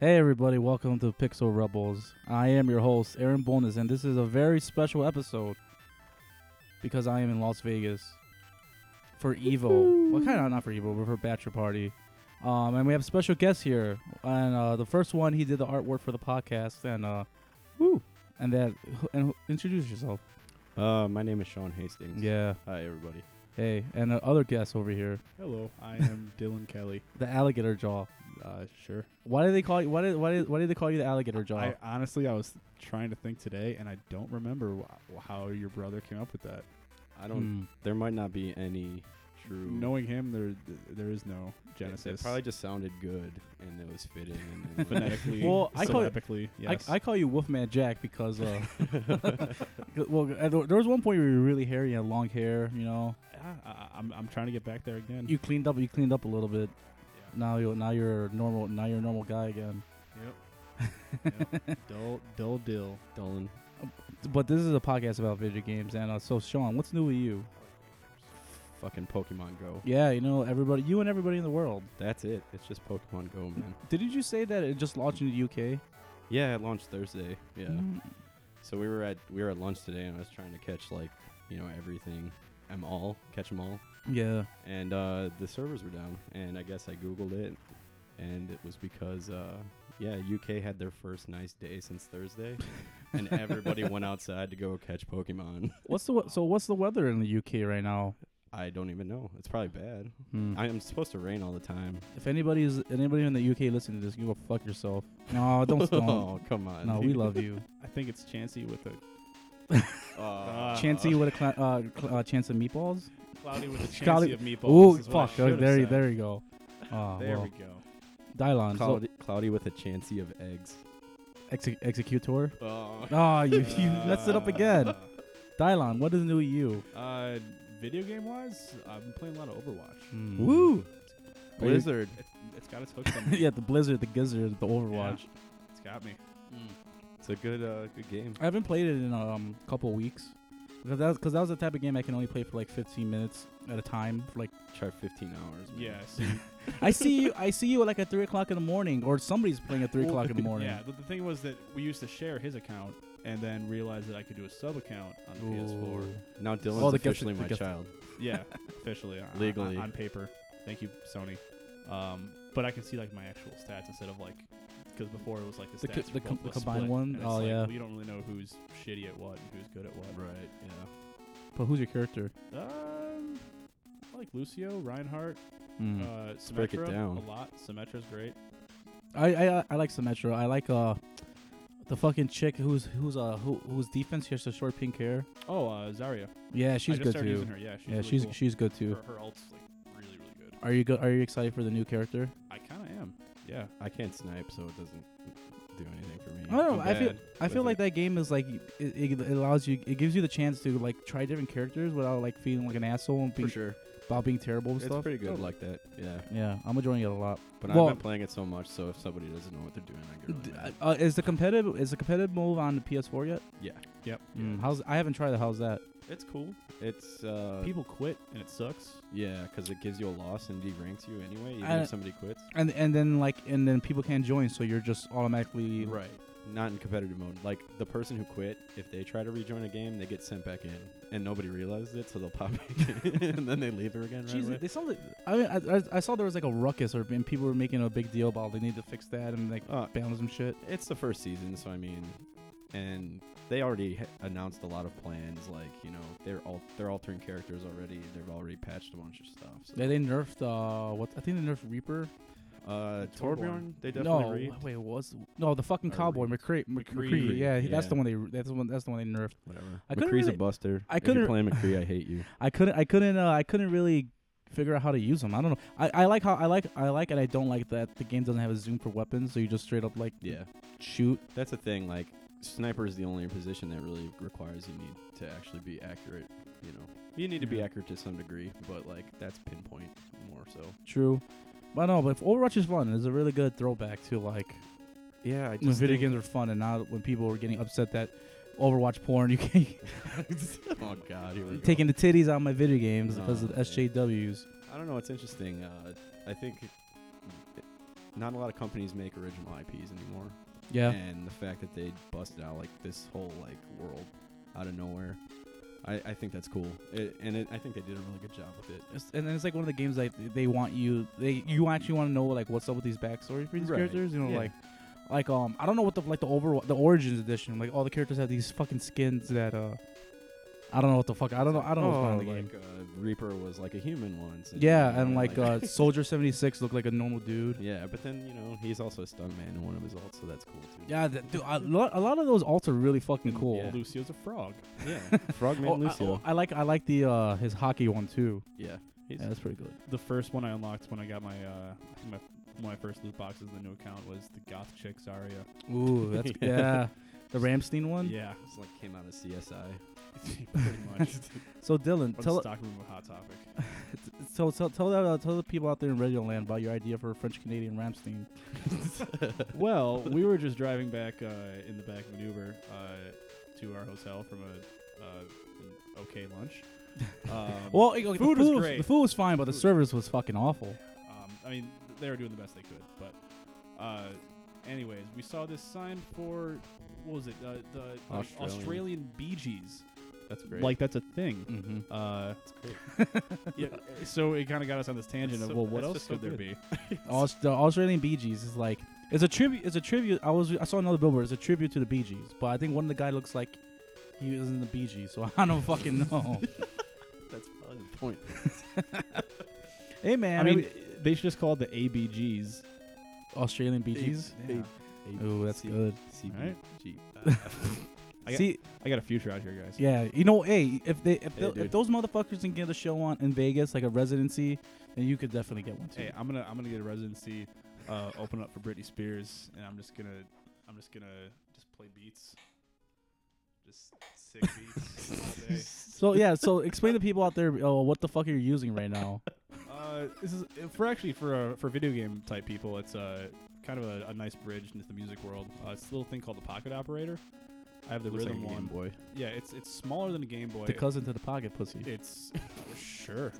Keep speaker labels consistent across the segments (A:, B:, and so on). A: Hey everybody, welcome to Pixel Rebels. I am your host, Aaron Bonas, and this is a very special episode because I am in Las Vegas for Evo. Well, kind of not for Evo, but for Bachelor Party. Um, and we have special guests here. And uh, the first one, he did the artwork for the podcast, and uh, woo, and that, and introduce yourself.
B: Uh, my name is Sean Hastings.
A: Yeah.
B: Hi, everybody.
A: Hey, and the other guest over here,
C: Hello, I am Dylan Kelly.
A: the alligator jaw.
C: Uh, sure.
A: Why did they call you? Why did why did, why did they call you the alligator jaw?
C: I honestly, I was trying to think today, and I don't remember wh- how your brother came up with that.
B: I don't.
A: Hmm.
B: There might not be any true.
C: Knowing him, there th- there is no
B: It-
C: Genesis.
B: It probably just sounded good, and it was fitting. And it was-
C: phonetically,
A: Well, I call it-
C: syllabically.
A: I-
C: yes.
A: I, call you Wolfman Jack because uh, well, uh, there there was one point where you were really hairy and long hair. You know,
C: Ah, I, am I'm trying to get back there again.
A: you cleaned up. You cleaned up a little bit.
C: Yeah.
A: Now you now you're a normal. Now you're a normal guy again.
C: Yep. yep. Dull, dull, dill.
B: Dolan.
A: But this is a podcast about video games, and uh, so Sean, what's new with you?
B: Fucking Pokemon Go.
A: Yeah, you know everybody, you and everybody in the world.
B: That's it. It's just Pokemon Go, man.
A: Didn't you say that it just launched in the UK?
B: Yeah, it launched Thursday. Yeah.
A: Mm,
B: So we were at we were at lunch today, and I was trying to catch like you know everything. I'm all catch 'em all,
A: Yeah.
B: and uh, the servers were down. And I guess I googled it, and it was because uh, yeah, UK had their first nice day since Thursday, and everybody went outside to go catch Pokemon.
A: What's the we- so what's the weather in the UK right now?
B: I don't even know. It's probably bad.
A: Hmm.
B: I am supposed to rain all the time.
A: if anybody is anybody in the UK listening to this, you go fuck yourself. No, don't. don't.
B: oh, come on.
A: No, we love you.
C: I think it's Chancy with a
B: Aw.
A: Chancy with a cla uh, cl- uh, chance of meatballs.
C: cloudy with a Chancy
A: Cloudy-
C: of
A: Oh
C: meatballs. is what I
A: fuck!
C: should have
A: There, you-
C: said.
A: there you go. Oh,
C: There
A: well.
C: we go.
A: Dylon, so
B: Cloudy, cloudy with a chancy of eggs.
A: exe- executor.
B: Oh.
A: Oh, you, you messed it up again. Dylon, what is new with you?
C: Uh, video game wise, I've been playing a lot of Overwatch.
A: Hmm.
B: Woo!
A: Are you-
B: Blizzard.
C: It's, it's got its hooks in me.
A: yeah, the Blizzard, the Gizzard, the Overwatch.
C: It's got me.
B: Hmm. It's a good, uh, good game.
A: I haven't played it in a um, couple weeks because that was, cause that was the type of game I can only play for like 15 minutes at a time. For, like
B: Try 15 hours. man.
C: Yeah, so
A: I see you, I see you at like at three o'clock in the morning, or somebody's playing at three
C: Well,
A: o'clock in the morning.
C: Yeah, but the thing was that we used to share his account and then realized that I could do a sub account on the PS4.
A: Ooh.
B: Now Dylan's
A: Oh, the gift-
B: officially
A: the
B: my
A: gift-
B: child.
C: Yeah, officially. on-
B: Legally.
C: On, on paper. Thank you, Sony. Um, but I can see like my actual stats instead of like because before it was like the
A: The
C: stats
A: co- the
C: were
A: com-
C: split,
A: combined
C: split,
A: one?
C: and it's
A: Oh,
C: like,
A: yeah.
C: well, you don't really know who's shitty at what and who's good at what.
B: Right, yeah.
A: But who's your character?
C: Um, I like Lucio, Reinhardt,
A: Hmm.
C: uh,
B: break it
C: Symmetra
B: down.
C: a lot. Symmetra's great.
A: I I, I like Symmetra. I like uh the fucking chick who's who's uh who, whose defense she has the short pink hair.
C: Oh, uh, Zarya.
A: Yeah, she's
C: I just
A: good
C: started
A: too.
C: using her. Yeah, she's
A: yeah,
C: really
A: she's
C: cool.
A: she's good too.
C: Her, her ult's like really, really good.
A: Are you good? Are you excited for the new character?
C: I kind of am. Yeah.
B: I can't snipe, so it doesn't do anything for me.
A: I don't know.
B: I'm
A: I feel
B: bad
A: I feel
B: with
A: like that game is like it, it it allows you it gives you the chance to like try different characters without like feeling like an asshole and
B: it. For
A: being
B: sure.
A: about being terrible and
B: It's
A: stuff.
B: pretty good
C: Totally.
B: like that. Yeah.
A: yeah, I'm enjoying it a lot.
B: But
A: Well-
B: I've been playing it so much, so if somebody doesn't know what they're doing, I get really
A: D-
B: mad.
A: Uh, is the competitive is the competitive move on the PS4 yet?
B: Yeah.
C: Yep.
A: Mm, how's I haven't tried it. How's that?
C: It's cool.
B: It's, uh,
C: People quit and it sucks.
B: Yeah, because it gives you a loss and deranks you anyway, even
A: I-
B: if somebody quits.
A: And and then like and then people can't join, so you're just automatically
B: Right. Not in competitive mode. Like the person who quit, if they try to rejoin a game, they get sent back in, and nobody realizes it, so they'll pop back in, and then they leave her again. Right
A: Jeez,
B: away.
A: they sound like, I mean, I, I, I saw there was like a ruckus, or and people were making a big deal about they need to fix that and like
B: Uh,
A: balance some shit.
B: it's the first season, so I mean, and they already ha- announced a lot of plans. Like you know, they're all they're altering characters already. They've already patched a bunch of stuff. So.
A: Yeah, they nerfed uh, what I think they nerfed Reaper.
B: uh, Torbjorn,
C: Torbjorn.
B: they definitely
A: No,
B: reaped.
A: wait, was no the fucking
B: Or
A: cowboy
B: Reed.
A: McCree,
C: McCree.
A: McCree. Yeah, he- that's
B: Yeah.
A: the one they that's the one that's the one they nerfed.
B: Whatever.
A: I couldn't
B: McCree's
A: really-
B: a buster.
A: I
B: If
A: couldn't-
B: you're playing McCree, I hate you.
A: I couldn't I couldn't uh, I couldn't really figure out how to use them. I don't know. I, I like how I like I like and I don't like that the game doesn't have a zoom for weapons, so you just straight up like
B: Yeah.
A: shoot.
B: That's the thing. Like, sniper is the only position that really requires you need to actually be accurate. You know, you need to be
A: Yeah.
B: accurate to some degree, but like that's pinpoint more so.
A: True. But no, but Overwatch is fun. It's a really good throwback to like
B: Yeah, I
A: when video games are fun and not when people were getting upset that Overwatch porn you can't
B: oh god, here we go.
A: taking the titties out of my video games because
B: Oh,
A: of
B: man.
A: SJWs.
B: I don't know. It's interesting. Uh, I think not a lot of companies make original IPs anymore.
A: Yeah.
B: And the fact that they busted out like this whole like world out of nowhere, I, I think that's cool. It, and it, I think they did a really good job with it.
A: It's- and then it's like one of the games like they want you they you actually want to know like what's up with these backstory for these
B: Right,
A: characters you know
B: yeah.
A: like like um I don't know what the like the over the origins edition like all the characters have these fucking skins that uh I don't know what the fuck I don't know I don't know what's going on in the game
B: like uh, Reaper was like a human once.
A: yeah
B: you
A: and
B: know,
A: like uh Soldier seventy six looked like a normal dude
B: yeah, but then you know he's also a stuntman in one of his alts, so that's cool too.
A: yeah that, dude a lot, a lot of those alts are really fucking cool
B: Yeah.
C: Lucio's a frog.
B: yeah. Frogman
A: Oh, I,
B: Lucio.
A: oh, I like I like the uh his hockey one too
B: yeah, he's
A: yeah that's pretty good
C: The first one I unlocked when I got my uh my one of my first loot boxes in the new account was the goth chick Zarya.
A: ooh that's yeah, the Ramstein one
C: Yeah,
B: it's like came out of CSI.
C: pretty much.
A: so Dylan
C: Or
A: tell
C: the stock room of Hot Topic.
A: So tell tell that, uh, tell the people out there in Radio Land about your idea for a French Canadian Ramstein.
C: well, we were just driving back uh, in the back of an Uber uh, to our hotel from a uh, an okay lunch. Um,
A: Well, okay, the
C: Food
A: food
C: was
A: was,
C: great.
A: the food was fine, but the
C: Food-
A: service was fucking awful.
C: Um, I mean, they were doing the best they could, but uh, anyways, we saw this sign for what was it? Uh, the the
B: Australian.
C: Australian Bee Gees.
B: That's great.
C: Like that's a thing.
A: Mm-hmm.
C: Uh,
B: that's great.
C: yeah. So it kind of got us on this tangent
B: That's
C: of
B: so-
C: well, what
B: that's
C: else
B: just so
C: could there be?
A: the Australian Bee Gees is like it's a tribute. It's a tribute. I was I saw another billboard. It's a tribute to the Bee Gees, but I think one of the guy looks like he was in the Bee Gees, so I don't fucking know.
B: That's probably the point.
A: hey man,
C: I mean,
A: maybe-
C: they should just call it the ABGs.
A: Australian Bee Gees.
B: They-
A: Yeah. Ooh, that's
B: C-
A: good.
B: CBG.
C: I got-
A: See,
C: I got a future out here, guys.
A: Yeah, you know, hey, if they if,
B: Hey,
A: tho- if
B: dude.
A: those motherfuckers can get a show on in Vegas, like a residency, then you could definitely get one too.
C: Hey, I'm gonna I'm gonna get a residency, uh, open up for Britney Spears, and I'm just gonna I'm just gonna just play beats, just sick beats all day.
A: So yeah, so explain to people out there oh, what the fuck are you using right now?
C: Uh, this is for actually for uh, for video game type people. It's uh, kind of a, a nice bridge into the music world. Uh, it's a little thing called the Pocket Operator. I have the
B: Looks like
C: rhythm
B: a Game
C: one.
B: Boy.
C: Yeah, it's it's smaller than a Game Boy.
A: The cousin to the pocket pussy.
C: It's sure.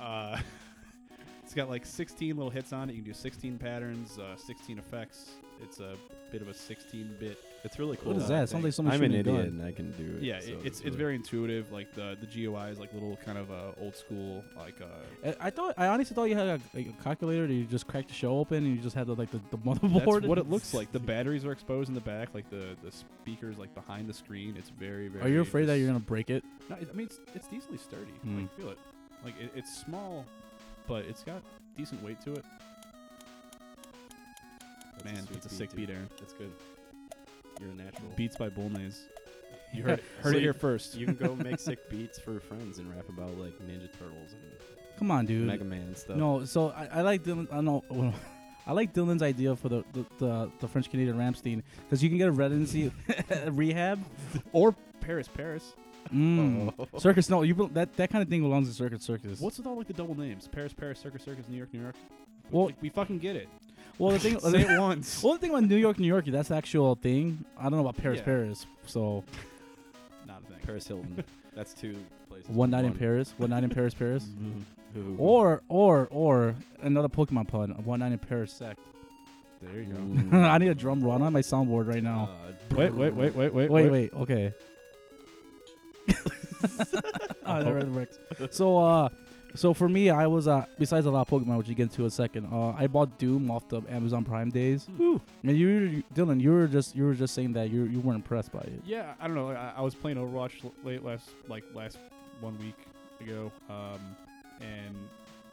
C: uh, it's got like 16 little hits on it. You can do 16 patterns, uh, 16 effects. It's a bit of a 16-bit.
B: It's really cool.
A: What is
C: uh,
A: that?
B: I think.
A: Sounds like someone
B: I'm an
A: shooting a
B: idiot
A: gun.
B: and I can do it.
C: Yeah,
B: so
C: it, it's it's
B: really-
C: very intuitive. Like the the GUI is like little kind of uh, old school. Like uh,
A: I- I thought I honestly thought you had a, like, a calculator that you just cracked the show open and you just had the, like the, the
C: that's
A: motherboard.
C: what it looks like. The batteries are exposed in the back. Like the the speakers like behind the screen. It's very very.
A: Are you afraid that
C: just-
A: you're gonna break it?
C: No, it, I mean it's it's decently sturdy.
A: Mm.
C: Like feel it. Like it, it's small, but it's got decent weight to it.
B: That's
C: Man,
B: sweet
C: it's a sick
B: dude.
C: beat, Aaron.
B: That's good. You're a natural.
C: Beats by Bullnays. You heard it, heard
B: So
C: it here
B: you-
C: first.
B: You can go make sick beats for friends and rap about like Ninja Turtles and
A: Come on, dude.
B: Mega Man and stuff.
A: No, so I, I like Dylan. I know. well, I like Dylan's idea for the the, the, the French Canadian Ramstein because you can get a residency rehab.
C: or Paris, Paris.
A: Mm.
B: Oh.
A: Circus, no, you bel- that that kind of thing belongs in circus, circus.
C: What's with all like the double names? Paris, Paris, Circus, Circus, New York, New York.
A: Well-
C: Like, we fucking get it.
A: well the thing?
C: Say it once.
A: well, the thing about New York, New York, that's the actual thing. I don't know about Paris,
C: Yeah.
A: Paris. So
C: Not a thing.
B: Paris Hilton. That's two places.
A: one night in
B: One.
A: Paris, one night in Paris, Paris,
C: Mm-hmm.
B: Ooh.
A: or or or another Pokemon pun, one night in Paris sect.
C: There you go.
B: Mm.
A: I need a drum roll. I'm on my soundboard right now.
B: Uh,
C: Wait, wait, wait, wait, wait,
A: wait, wait, okay. oh, that really works. So uh. So for me, I was uh besides a lot of Pokemon, which you get into in a second. Uh, I bought Doom off the Amazon Prime days.
C: Hmm.
A: And you, you, Dylan, you were just you were just saying that you you weren't impressed by it.
C: Yeah, I don't know. I, I was playing Overwatch l- late last, like last one week ago, um, and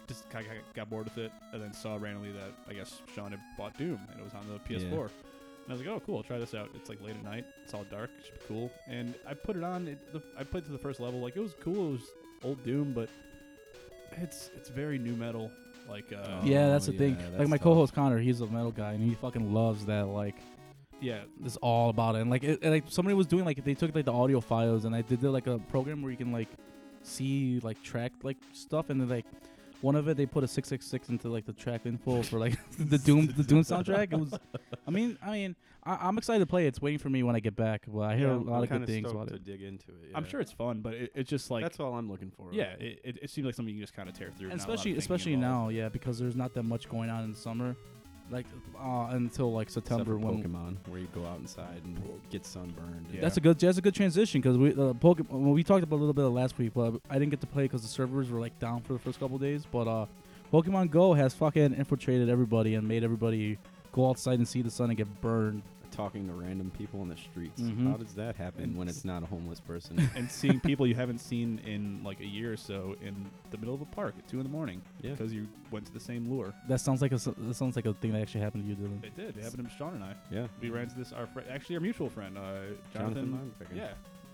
C: just kind of got bored with it, and then saw randomly that I guess Sean had bought Doom, and it was on the PS4. And I was like, oh, cool, I'll try this out. It's like late at night. It's all dark. It should be cool. And I put it on. It, the, I played through the first level. Like it was cool. It was old Doom, but it's it's very new metal. Like uh,
B: Oh,
A: yeah, that's the thing.
B: yeah,
A: like
B: that's
A: my
B: tough.
A: co-host Connor, he's a metal guy, and he fucking loves that. Like
C: yeah,
A: it's all about it. And like it, and, like somebody was doing like they took like the audio files, and I did like a program where you can like see like track like stuff, and then like one of it they put a six six six into like the track info for like the Doom the Doom soundtrack. It was, I mean, I mean, I, I'm excited to play. it. It's waiting for me when I get back. But I hear
B: Yeah,
A: a lot
B: I'm
A: of good
B: kinda
A: things
B: stoked
A: about it.
B: To dig into it.
C: I'm
B: yeah.
C: sure it's fun, but it, it's just like
B: that's all I'm looking for.
C: yeah, it, it, it seemed like something you can just kind of tear through.
A: And
C: not a lot of
A: especially
C: thinking
A: especially
C: involved.
A: now, yeah, because there's not that much going on in the summer. like uh, until like
B: except
A: September
B: for
A: when
B: Pokemon, where you go outside and get sunburned. and-
C: Yeah.
A: That's a good. That's a good transition because we uh, Pokemon. Well, we talked about a little bit of last week, but I didn't get to play because the servers were like down for the first couple days. But uh, Pokemon Go has fucking infiltrated everybody and made everybody go outside and see the sun and get burned.
B: talking to random people on the streets.
A: Mhm.
B: How does that happen
C: Mm-hmm. And
B: when
C: s-
B: it's not a homeless person?
C: and seeing people you haven't seen in like a year or so in the middle of a park at two in the morning
B: yeah.
C: because you went to the same lure.
A: That sounds like a. s- That sounds like a thing that actually happened to you, Dylan.
C: It did. It happened to Sean and I.
B: Yeah.
C: We ran to this our friend, actually our mutual friend, uh,
B: Jonathan,
C: Jonathan.
B: Mondragon.
C: yeah,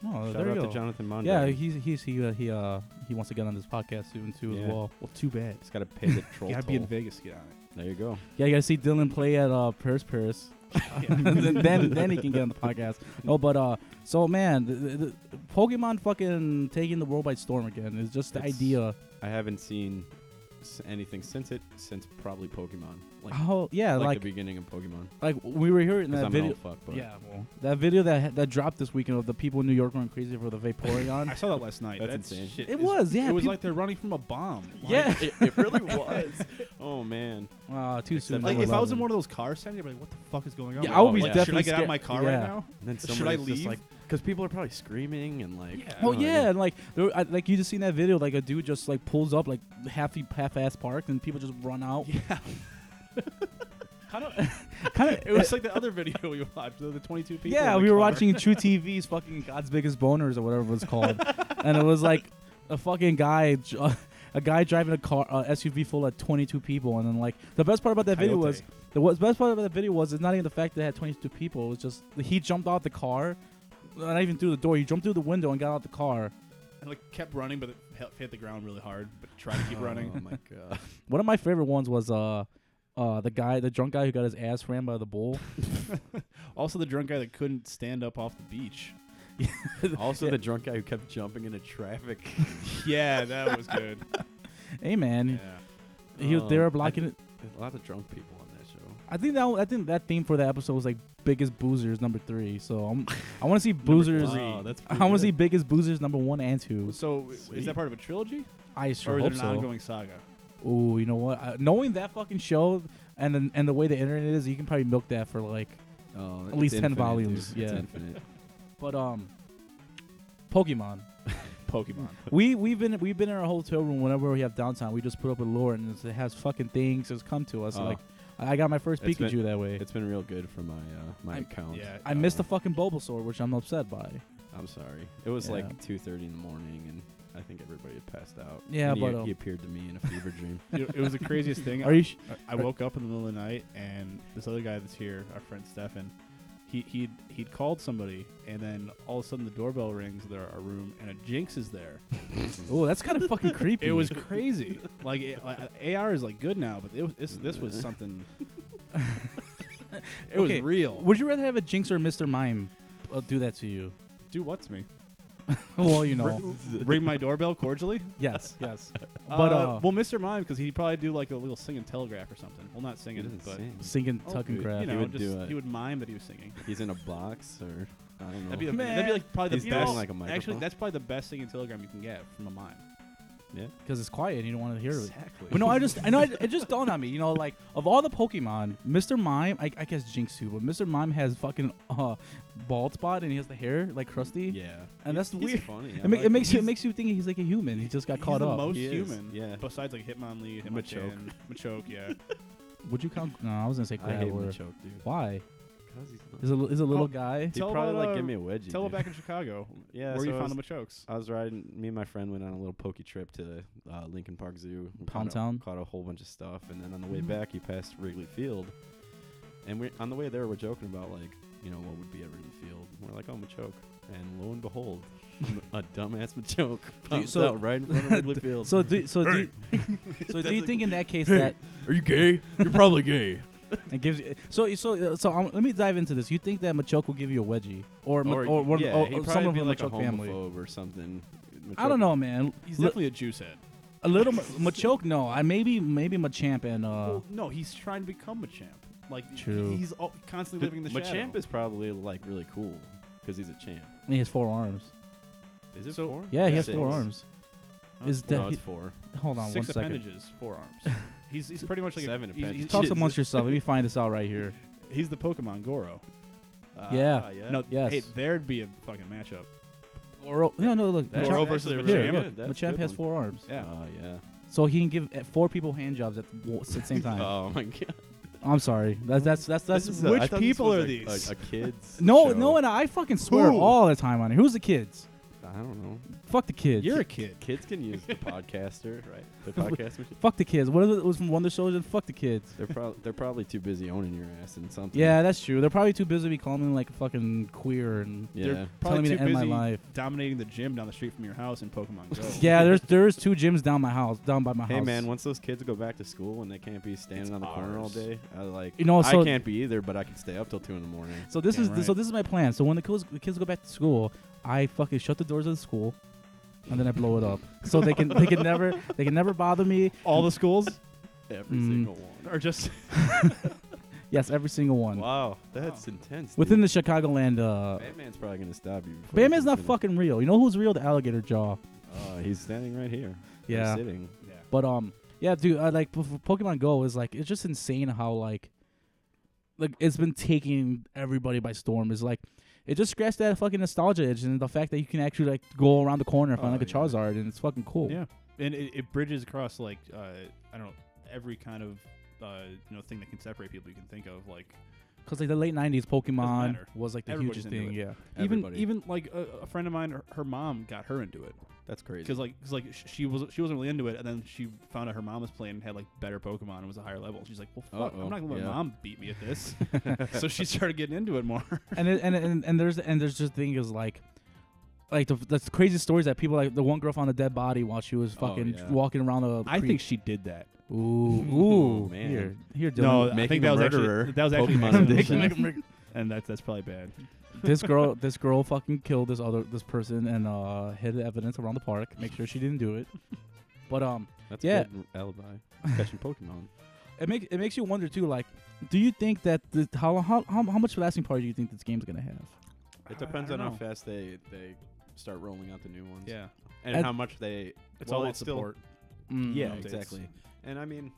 A: Oh,
B: Shout
A: there
B: out
A: you
B: to
A: go.
B: Jonathan
A: Yeah,
B: Mondragon.
A: he's he's he uh, he uh he wants to get on this podcast soon too
B: Yeah.
A: as well.
C: Well, too bad.
B: he's got to pay the troll
C: You gotta be
B: toll.
C: in Vegas to get on it.
B: There you go.
A: Yeah, you gotta see Dylan play at uh Paris Paris. then, then then he can get on the podcast. No, but uh, so man, th th th- Pokemon fucking taking the world by storm again. It's just the
B: It's-
A: idea.
B: I haven't seen s- anything since it, since probably Pokemon. Like,
A: How yeah,
B: like,
A: Oh, like
B: the beginning of Pokemon.
A: like we were hearing
B: Because
A: that
B: I'm an
A: video.
B: old fuck, but
A: Yeah, well, that video that ha- that dropped this weekend of the people in New York going crazy for the
C: I
A: Vaporeon.
C: saw that last night.
B: That's
C: That
B: insane.
C: shit
A: It
C: is-
A: was, yeah,
C: It was
A: peop-
C: like they're running from a bomb. Like,
A: Yeah.
B: it, it really was. Oh man,
A: Ah, too soon.
C: Like
A: number
C: if I was in
A: 11.
C: one of those cars, I'd be like, "What the fuck is going on?"
A: Yeah,
C: Like,
A: I would be
C: like,
A: definitely
C: Should I get out
A: scared-
C: of my car
A: yeah.
C: right now?
B: and then
C: Should
B: somebody's
C: I
B: just
C: leave?
B: like, because people are probably screaming and like,
C: Yeah.
A: Oh
B: I don't know,
A: yeah, and like there, I, like you just seen that video, like a dude just like pulls up like half half ass parked, and people just run out.
C: Yeah. How do-
A: Kind of,
C: it was like the other video we watched, the, the 22 people.
A: yeah,
C: in the
A: we were
C: car.
A: watching True TV's fucking God's Biggest Boners or whatever it was called, and it was like a fucking guy, j- a guy driving a car, a SUV full of 22 people, and then like the best part about that video was
C: Coyote.
A: the was, best part about that video was it's not even the fact that it had 22 people. It was just he jumped out the car, not even through the door. He jumped through the window and got out the car.
C: and like kept running, but it hel- hit the ground really hard. But tried to keep
B: Oh
C: running.
B: my god.
A: One of my favorite ones was uh, uh, the guy, the drunk guy who got his ass ran by the bull.
C: Also, the drunk guy that couldn't stand up off the beach.
B: Also,
A: Yeah.
B: the drunk guy who kept jumping into traffic.
C: yeah, that was good.
A: Hey man,
C: Yeah.
A: he was, they
C: Oh,
B: Um,
A: were
B: I
A: blocking
B: th-
A: it.
B: There's a lot of drunk people on that show.
A: I think that I think that theme for that episode was like biggest boozers number three. So I'm, I want to see boozers.
C: three.
B: Wow, that's
A: I
B: pretty
A: want to
B: good.
A: see biggest boozers number one and two.
C: So, is
B: Sweet.
C: that part of a trilogy,
A: I
C: or
A: sure
C: is it
A: hope
C: an
A: so.
C: ongoing saga?
A: Ooh, you know what? Uh, knowing that fucking show and the, and the way the internet is, you can probably milk that for like.
B: Oh,
A: At
B: it's
A: least 10
B: infinite, dude.
A: volumes,
B: It's
A: yeah.
B: infinite.
A: But um, Pokemon.
C: Pokemon.
A: We we've been we've been in our hotel room whenever we have downtime. We just put up a lure and it's- it has fucking things. It's come to us.
B: Oh.
A: Like I got my first
B: It's
A: Pikachu
B: been-
A: that way.
B: It's been real good for my uh, my
A: I-
B: account.
C: yeah.
A: I missed
B: Uh,
A: the fucking Bulbasaur, which I'm upset by.
B: I'm sorry. It was
A: Yeah.
B: like 2:30 in the morning, and I think everybody had passed out.
A: Yeah,
B: And he,
A: but, um,
B: he appeared to me in a fever dream.
C: You know, it was the craziest thing.
A: Are you? Sh-
C: I- I woke up in the middle of the night, and this other guy that's here, our friend Stefan, he he'd he'd called somebody, and then all of a sudden the doorbell rings in our our room, and a Jinx is there.
A: oh, that's kind of fucking creepy.
C: It was crazy. like, it, like AR is like good now, but it was this, this was something. it
A: Okay,
C: was real.
A: Would you rather have a Jinx or Mr. Mime uh, do that to you?
C: Do what to me?
A: well, you know.
B: Bring-
C: Ring my doorbell cordially.
A: yes, yes.
C: But
A: But
C: uh,
A: uh,
C: well, Mr. Mime, because he'd probably do like a little singing telegraph or something. Well, not
B: He
C: singing,
B: doesn't
C: but
B: sing.
A: Sinking
C: Oh,
A: tuck and
B: dude,
A: grab.
C: you
B: He
C: know,
B: would
C: just
B: do it. Oh.
C: he would mime that he was singing.
B: He's in a box, or I don't know.
C: That'd be, the,
A: Man.
C: that'd be like probably the
B: He's
C: best.
B: down like a
C: Actually,
B: microphone.
C: that's probably the best thing in Telegram you can get from a mime.
A: Because it's quiet and you don't want to hear it.
C: Exactly.
A: But no, I just, I know, it, it just dawned on me. You know, like of all the Pokemon, Mr. Mime, I, I guess Jinx too, but Mr. Mime has fucking uh, bald spot and he has the hair like crusty,
B: yeah,
A: and that's
B: He's
A: weird.
B: Funny. I
A: It, ma-
B: like
A: it makes
B: him.
A: you, it makes you think he's like a human. He just got
C: He's
A: caught
C: the
A: up.
C: most
B: He is,
C: human.
B: yeah.
C: Besides like Hitmonlee, Hitmonchan,
B: Machoke.
C: Machoke. Yeah.
A: Would you count? No, I was gonna say
B: I hate
A: crab. Or,
B: Machoke, dude.
A: why?
B: 'Cause he's not-
A: Is a is a little
C: Oh,
A: guy?
B: He'd
C: Tell
B: probably
C: about,
B: like
C: uh,
B: give me a wedgie.
C: Tell
B: dude.
C: it back in Chicago.
B: Yeah,
C: where
B: so
C: you
B: I
C: found
B: was-
C: the Machokes.
B: I was riding. Me and my friend went on a little pokey trip to uh, Lincoln Park Zoo. We
A: Pound
B: caught a-
A: Town?
B: Caught a whole bunch of stuff, and then on the way
A: Mhm.
B: back, you passed Wrigley Field. And we on the way there, we're joking about like, you know, what would be at Wrigley Field. And we're like, oh, Machoke. And lo and behold, m- a dumbass Machoke pops
A: so-
B: out right in front of Wrigley Field.
A: So do so do so do you think in that case that
B: Are you gay? You're probably gay.
A: it gives you so so so um, let me dive into this. You think that Machoke will give you a wedgie or Ma- or, one,
B: yeah,
A: or,
B: he'd
A: or
B: probably
A: someone
B: be
A: from
B: like
A: the
B: a
A: Machoke family?
B: homophobe or something.
A: I don't
B: Machoke-
A: know, man.
C: He's
A: Li-
C: definitely a juice head.
A: a little Ma- Machoke, no. I maybe maybe Machamp and uh.
C: well, no, he's trying to become Machamp. Like he-
A: True.
C: he's all, constantly
B: Dude,
C: living in the
B: Machamp
C: shadow.
B: is probably like really cool because he's a champ.
A: He has four arms.
B: Is it
C: So-
B: four?
A: Yeah, he has
B: Six. Oh,
A: four arms.
C: No,
A: Is
C: it's
A: that
B: no,
A: he-
B: it's four.
A: hold on
C: six
A: one second?
C: appendages, four arms. He's he's pretty much like
B: Seven
C: a, he's,
B: appendages.
C: he's,
A: Talk amongst yourself. Let me find this out right here.
C: he's the Pokemon Goro.
B: Ah,
A: Yeah.
C: No,
A: Yes.
C: hey, there'd be a fucking matchup.
A: Or no, no, look.
B: That's
A: Machamp,
C: Goro versus
B: actually
A: here,
B: really
C: Machamp.
A: look,
B: good. That's a
A: Machamp
B: good
A: has
B: one.
A: four arms,
C: Yeah,
B: Oh yeah.
A: so he can give uh, four people hand jobs at the at the same time.
B: Oh my god.
A: I'm sorry. That's that's that's that's.
B: This is
C: which
B: I thought this
C: people
B: was
C: are
B: a-
C: these?
B: A, a kids.
A: no,
B: show.
A: no, and I fucking swear
C: Who?
A: all the time on it. Who's the kids?
B: I don't know.
A: Fuck the kids.
C: you're a kid.
B: Kids can use the podcaster, right? The podcast. machine.
A: fuck the kids. What if it was from Wonder Soldier? Fuck the kids.
B: They're probably they're probably too busy owning your ass and something.
A: Yeah, that's true. They're probably too busy to be calling me like a fucking queer and
B: Yeah.
C: They're
A: telling
C: probably
A: me
C: too
A: to end
C: busy
A: my life.
C: dominating the gym down the street from your house in Pokemon Go.
A: yeah, there's there's two gyms down my house, down by my
B: Hey
A: house.
B: man, once those kids go back to school and they can't be standing
C: It's
B: on the corner all
C: ours.
B: day, I like.
A: You know, so-
B: I can't be either, but I can stay up till two in the morning.
A: So this
C: Damn
A: is
C: right.
A: so this is my plan. So when the kids the kids go back to school, I fucking shut the doors of the school, and then I blow it up so they can they can never they can never bother me.
C: All the schools
B: Every
A: Mm.
B: single one.
C: are just
A: Yes, every single one
B: Wow, that's intense.
A: within the
B: dude.
A: Chicagoland. Uh,
B: Batman's probably gonna stab you. before you
A: Batman's
B: can
A: not
B: finish.
A: fucking real. You know who's real? The alligator jaw.
B: Oh, he's standing right here. Or
A: Yeah.
B: sitting.
C: yeah.
A: But um, yeah, dude, I like Pokemon Pokemon Go is like it's just insane how like, like it's been taking everybody by storm. Is like, it just scratched that fucking nostalgia itch and the fact that you can actually like go around the corner and find
B: Oh,
A: like a
B: yeah.
A: Charizard and it's fucking cool.
C: Yeah, and it, it bridges across like uh, I don't know every kind of uh, you know thing that can separate people you can think of. Like
A: Because like the late '90s Pokemon
C: matter.
A: was like the
C: Everybody's
A: hugest
C: into
A: thing. Yeah.
B: Everybody.
C: even even like a, a friend of mine, her, her mom got her into it
B: That's crazy.
C: because like cause, like sh- she was she wasn't really into it, and then she found out her mom was playing and had like better Pokemon and was a higher level. She's like, well, fuck,
B: Uh-oh,
C: I'm not gonna let
B: yeah.
C: my mom beat me at this. so she started getting into it more.
A: and, it, and and and there's and there's just thing is like. Like the, the crazy stories that people like the one girl found a dead body while she was
B: Oh,
A: fucking
B: yeah.
A: walking around a.
C: I
A: creek.
C: think she did that.
A: Ooh, ooh,
B: man.
A: Here, here, Dylan.
C: No, I
B: Making
C: think
B: a
C: that was actually
B: murderer,
C: that was actually
B: Pokemon
C: accidental.
B: addiction.
C: Making a murder- and that's that's probably bad.
A: this girl this girl fucking killed this other this person and uh hid evidence around the park make sure she didn't do it but um
B: That's
A: Yeah.
B: a good alibi. Catching Pokemon.
A: it makes it makes you wonder too like do you think that the how how how, how much lasting power do you think this game's gonna have
B: It depends
C: I
B: on
C: don't
B: how
C: know.
B: fast they they start rolling out the new ones.
C: Yeah,
B: And
A: At- Mm,
B: how much they.
C: it's
B: Well,
C: all
B: it's still-
C: support.
B: Yeah,
C: updates.
B: Mm, exactly. And I mean,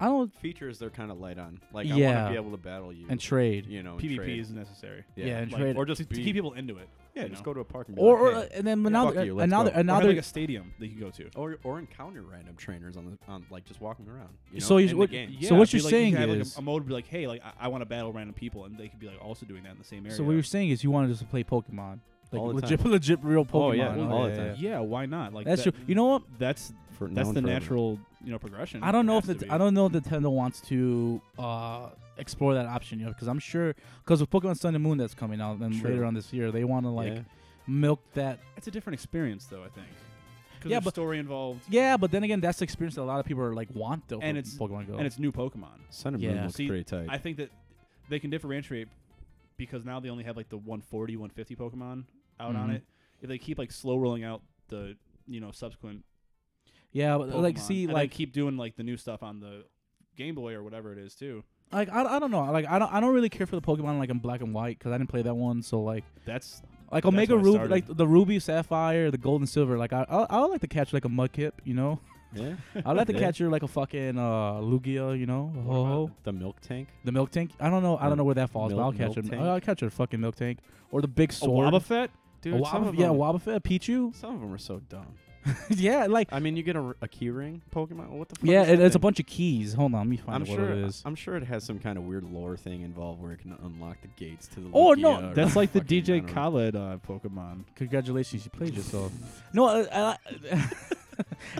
A: i don't
B: features they're kind of light on. Like I want
A: Yeah.
B: to be able to battle you.
A: and trade
B: you know, and
C: PvP
B: trade.
C: is necessary.
A: yeah, and
C: Like,
A: trade
B: or just
C: to, to
B: be-
C: keep people into it.
B: yeah,
C: you
B: just
C: know.
B: go to a park and be
A: or,
B: like,
A: or
B: hey,
A: uh, and then
B: fuck
A: another
B: you, let's
A: another
B: go.
C: Or
B: Or
C: have,
A: another
C: like a stadium that you can go to.
B: or or encounter random trainers on the on like just walking around. You know,
A: So you-
B: in
A: what-
B: the game.
A: So what
C: it'd be
A: you're
C: like,
A: saying
C: you could have,
A: is-
C: like a, a mode would be like, hey, like I, I want to battle random people, and they could be like also doing that in the same area.
A: so what you're saying is you wanted us to play pokemon like
B: All the
A: legit
B: time.
A: legit real pokemon
B: Oh, yeah, all the
A: yeah,
B: time.
A: yeah.
C: yeah, why not? Like
A: that's
C: that,
A: true you know what
C: That's
B: For now
C: that's
B: and
C: the
B: forever.
C: natural you know progression.
A: I don't know if
C: It has to
A: it,
C: be.
A: I don't know if Nintendo wants to uh, explore that option, you know, because I'm sure because with Pokemon Sun and Moon that's coming out and
B: True.
A: later on this year, they want to like
B: Yeah.
A: milk that.
C: It's a different experience, though. I think. Because
A: Yeah,
C: there's
A: but-
C: story involved,
A: Yeah, but then again, that's the experience that a lot of people are like want though. for
C: And it's-
A: Pokemon Go.
C: and it's new Pokemon.
B: Sun and
A: Yeah.
B: Moon looks
C: See,
B: pretty tight.
C: I think that they can differentiate because now they only have like the 140, 150 Pokemon out on
A: Mhm.
C: it. If they keep like slow rolling out the you know subsequent
A: yeah, but, like
C: Pokemon,
A: see,
C: and then
A: like
C: keep doing like the new stuff on the Game Boy or whatever it is too.
A: like I, I don't know, like I don't I don't really care for the Pokemon like in black and white because I didn't play that one, so like
C: That's
A: like
C: That's
A: Omega
C: when I
A: Ruby,
C: started.
A: like the Ruby Sapphire, the Gold and Silver, like I I, I would like to catch like a Mudkip, you know,
B: yeah.
A: I'd like to
B: Yeah.
A: catch her like a fucking uh, Lugia, you know, ho
B: The milk tank.
A: The milk tank? I don't know. I don't know where that falls, but
B: Milk-
A: I'll catch
B: milk
A: it.
B: tank?
A: I'll catch it. A fucking milk tank or the big
C: a
A: sword.
C: Wobbuffet.
A: A
B: Dude, some
A: Wobbuff-
B: of
A: yeah,
B: them,
A: Wobbuffet, Pichu.
B: some of them are so dumb.
A: yeah, like
B: I mean, you get a, r- a key ring Pokemon. What the fuck?
A: yeah,
B: is
A: it,
B: that
A: it's a
B: thing?
A: bunch of keys. Hold on, let me find
B: I'm
A: out what
B: sure.
A: it is.
B: I'm sure it has some kind of weird lore thing involved where it can unlock the gates to the.
A: Oh, no,
B: Lugia or
C: That's like the
B: fucking, I
C: DJ
B: don't know.
C: Khaled uh, Pokemon.
A: Congratulations, you played yourself. no, uh, uh,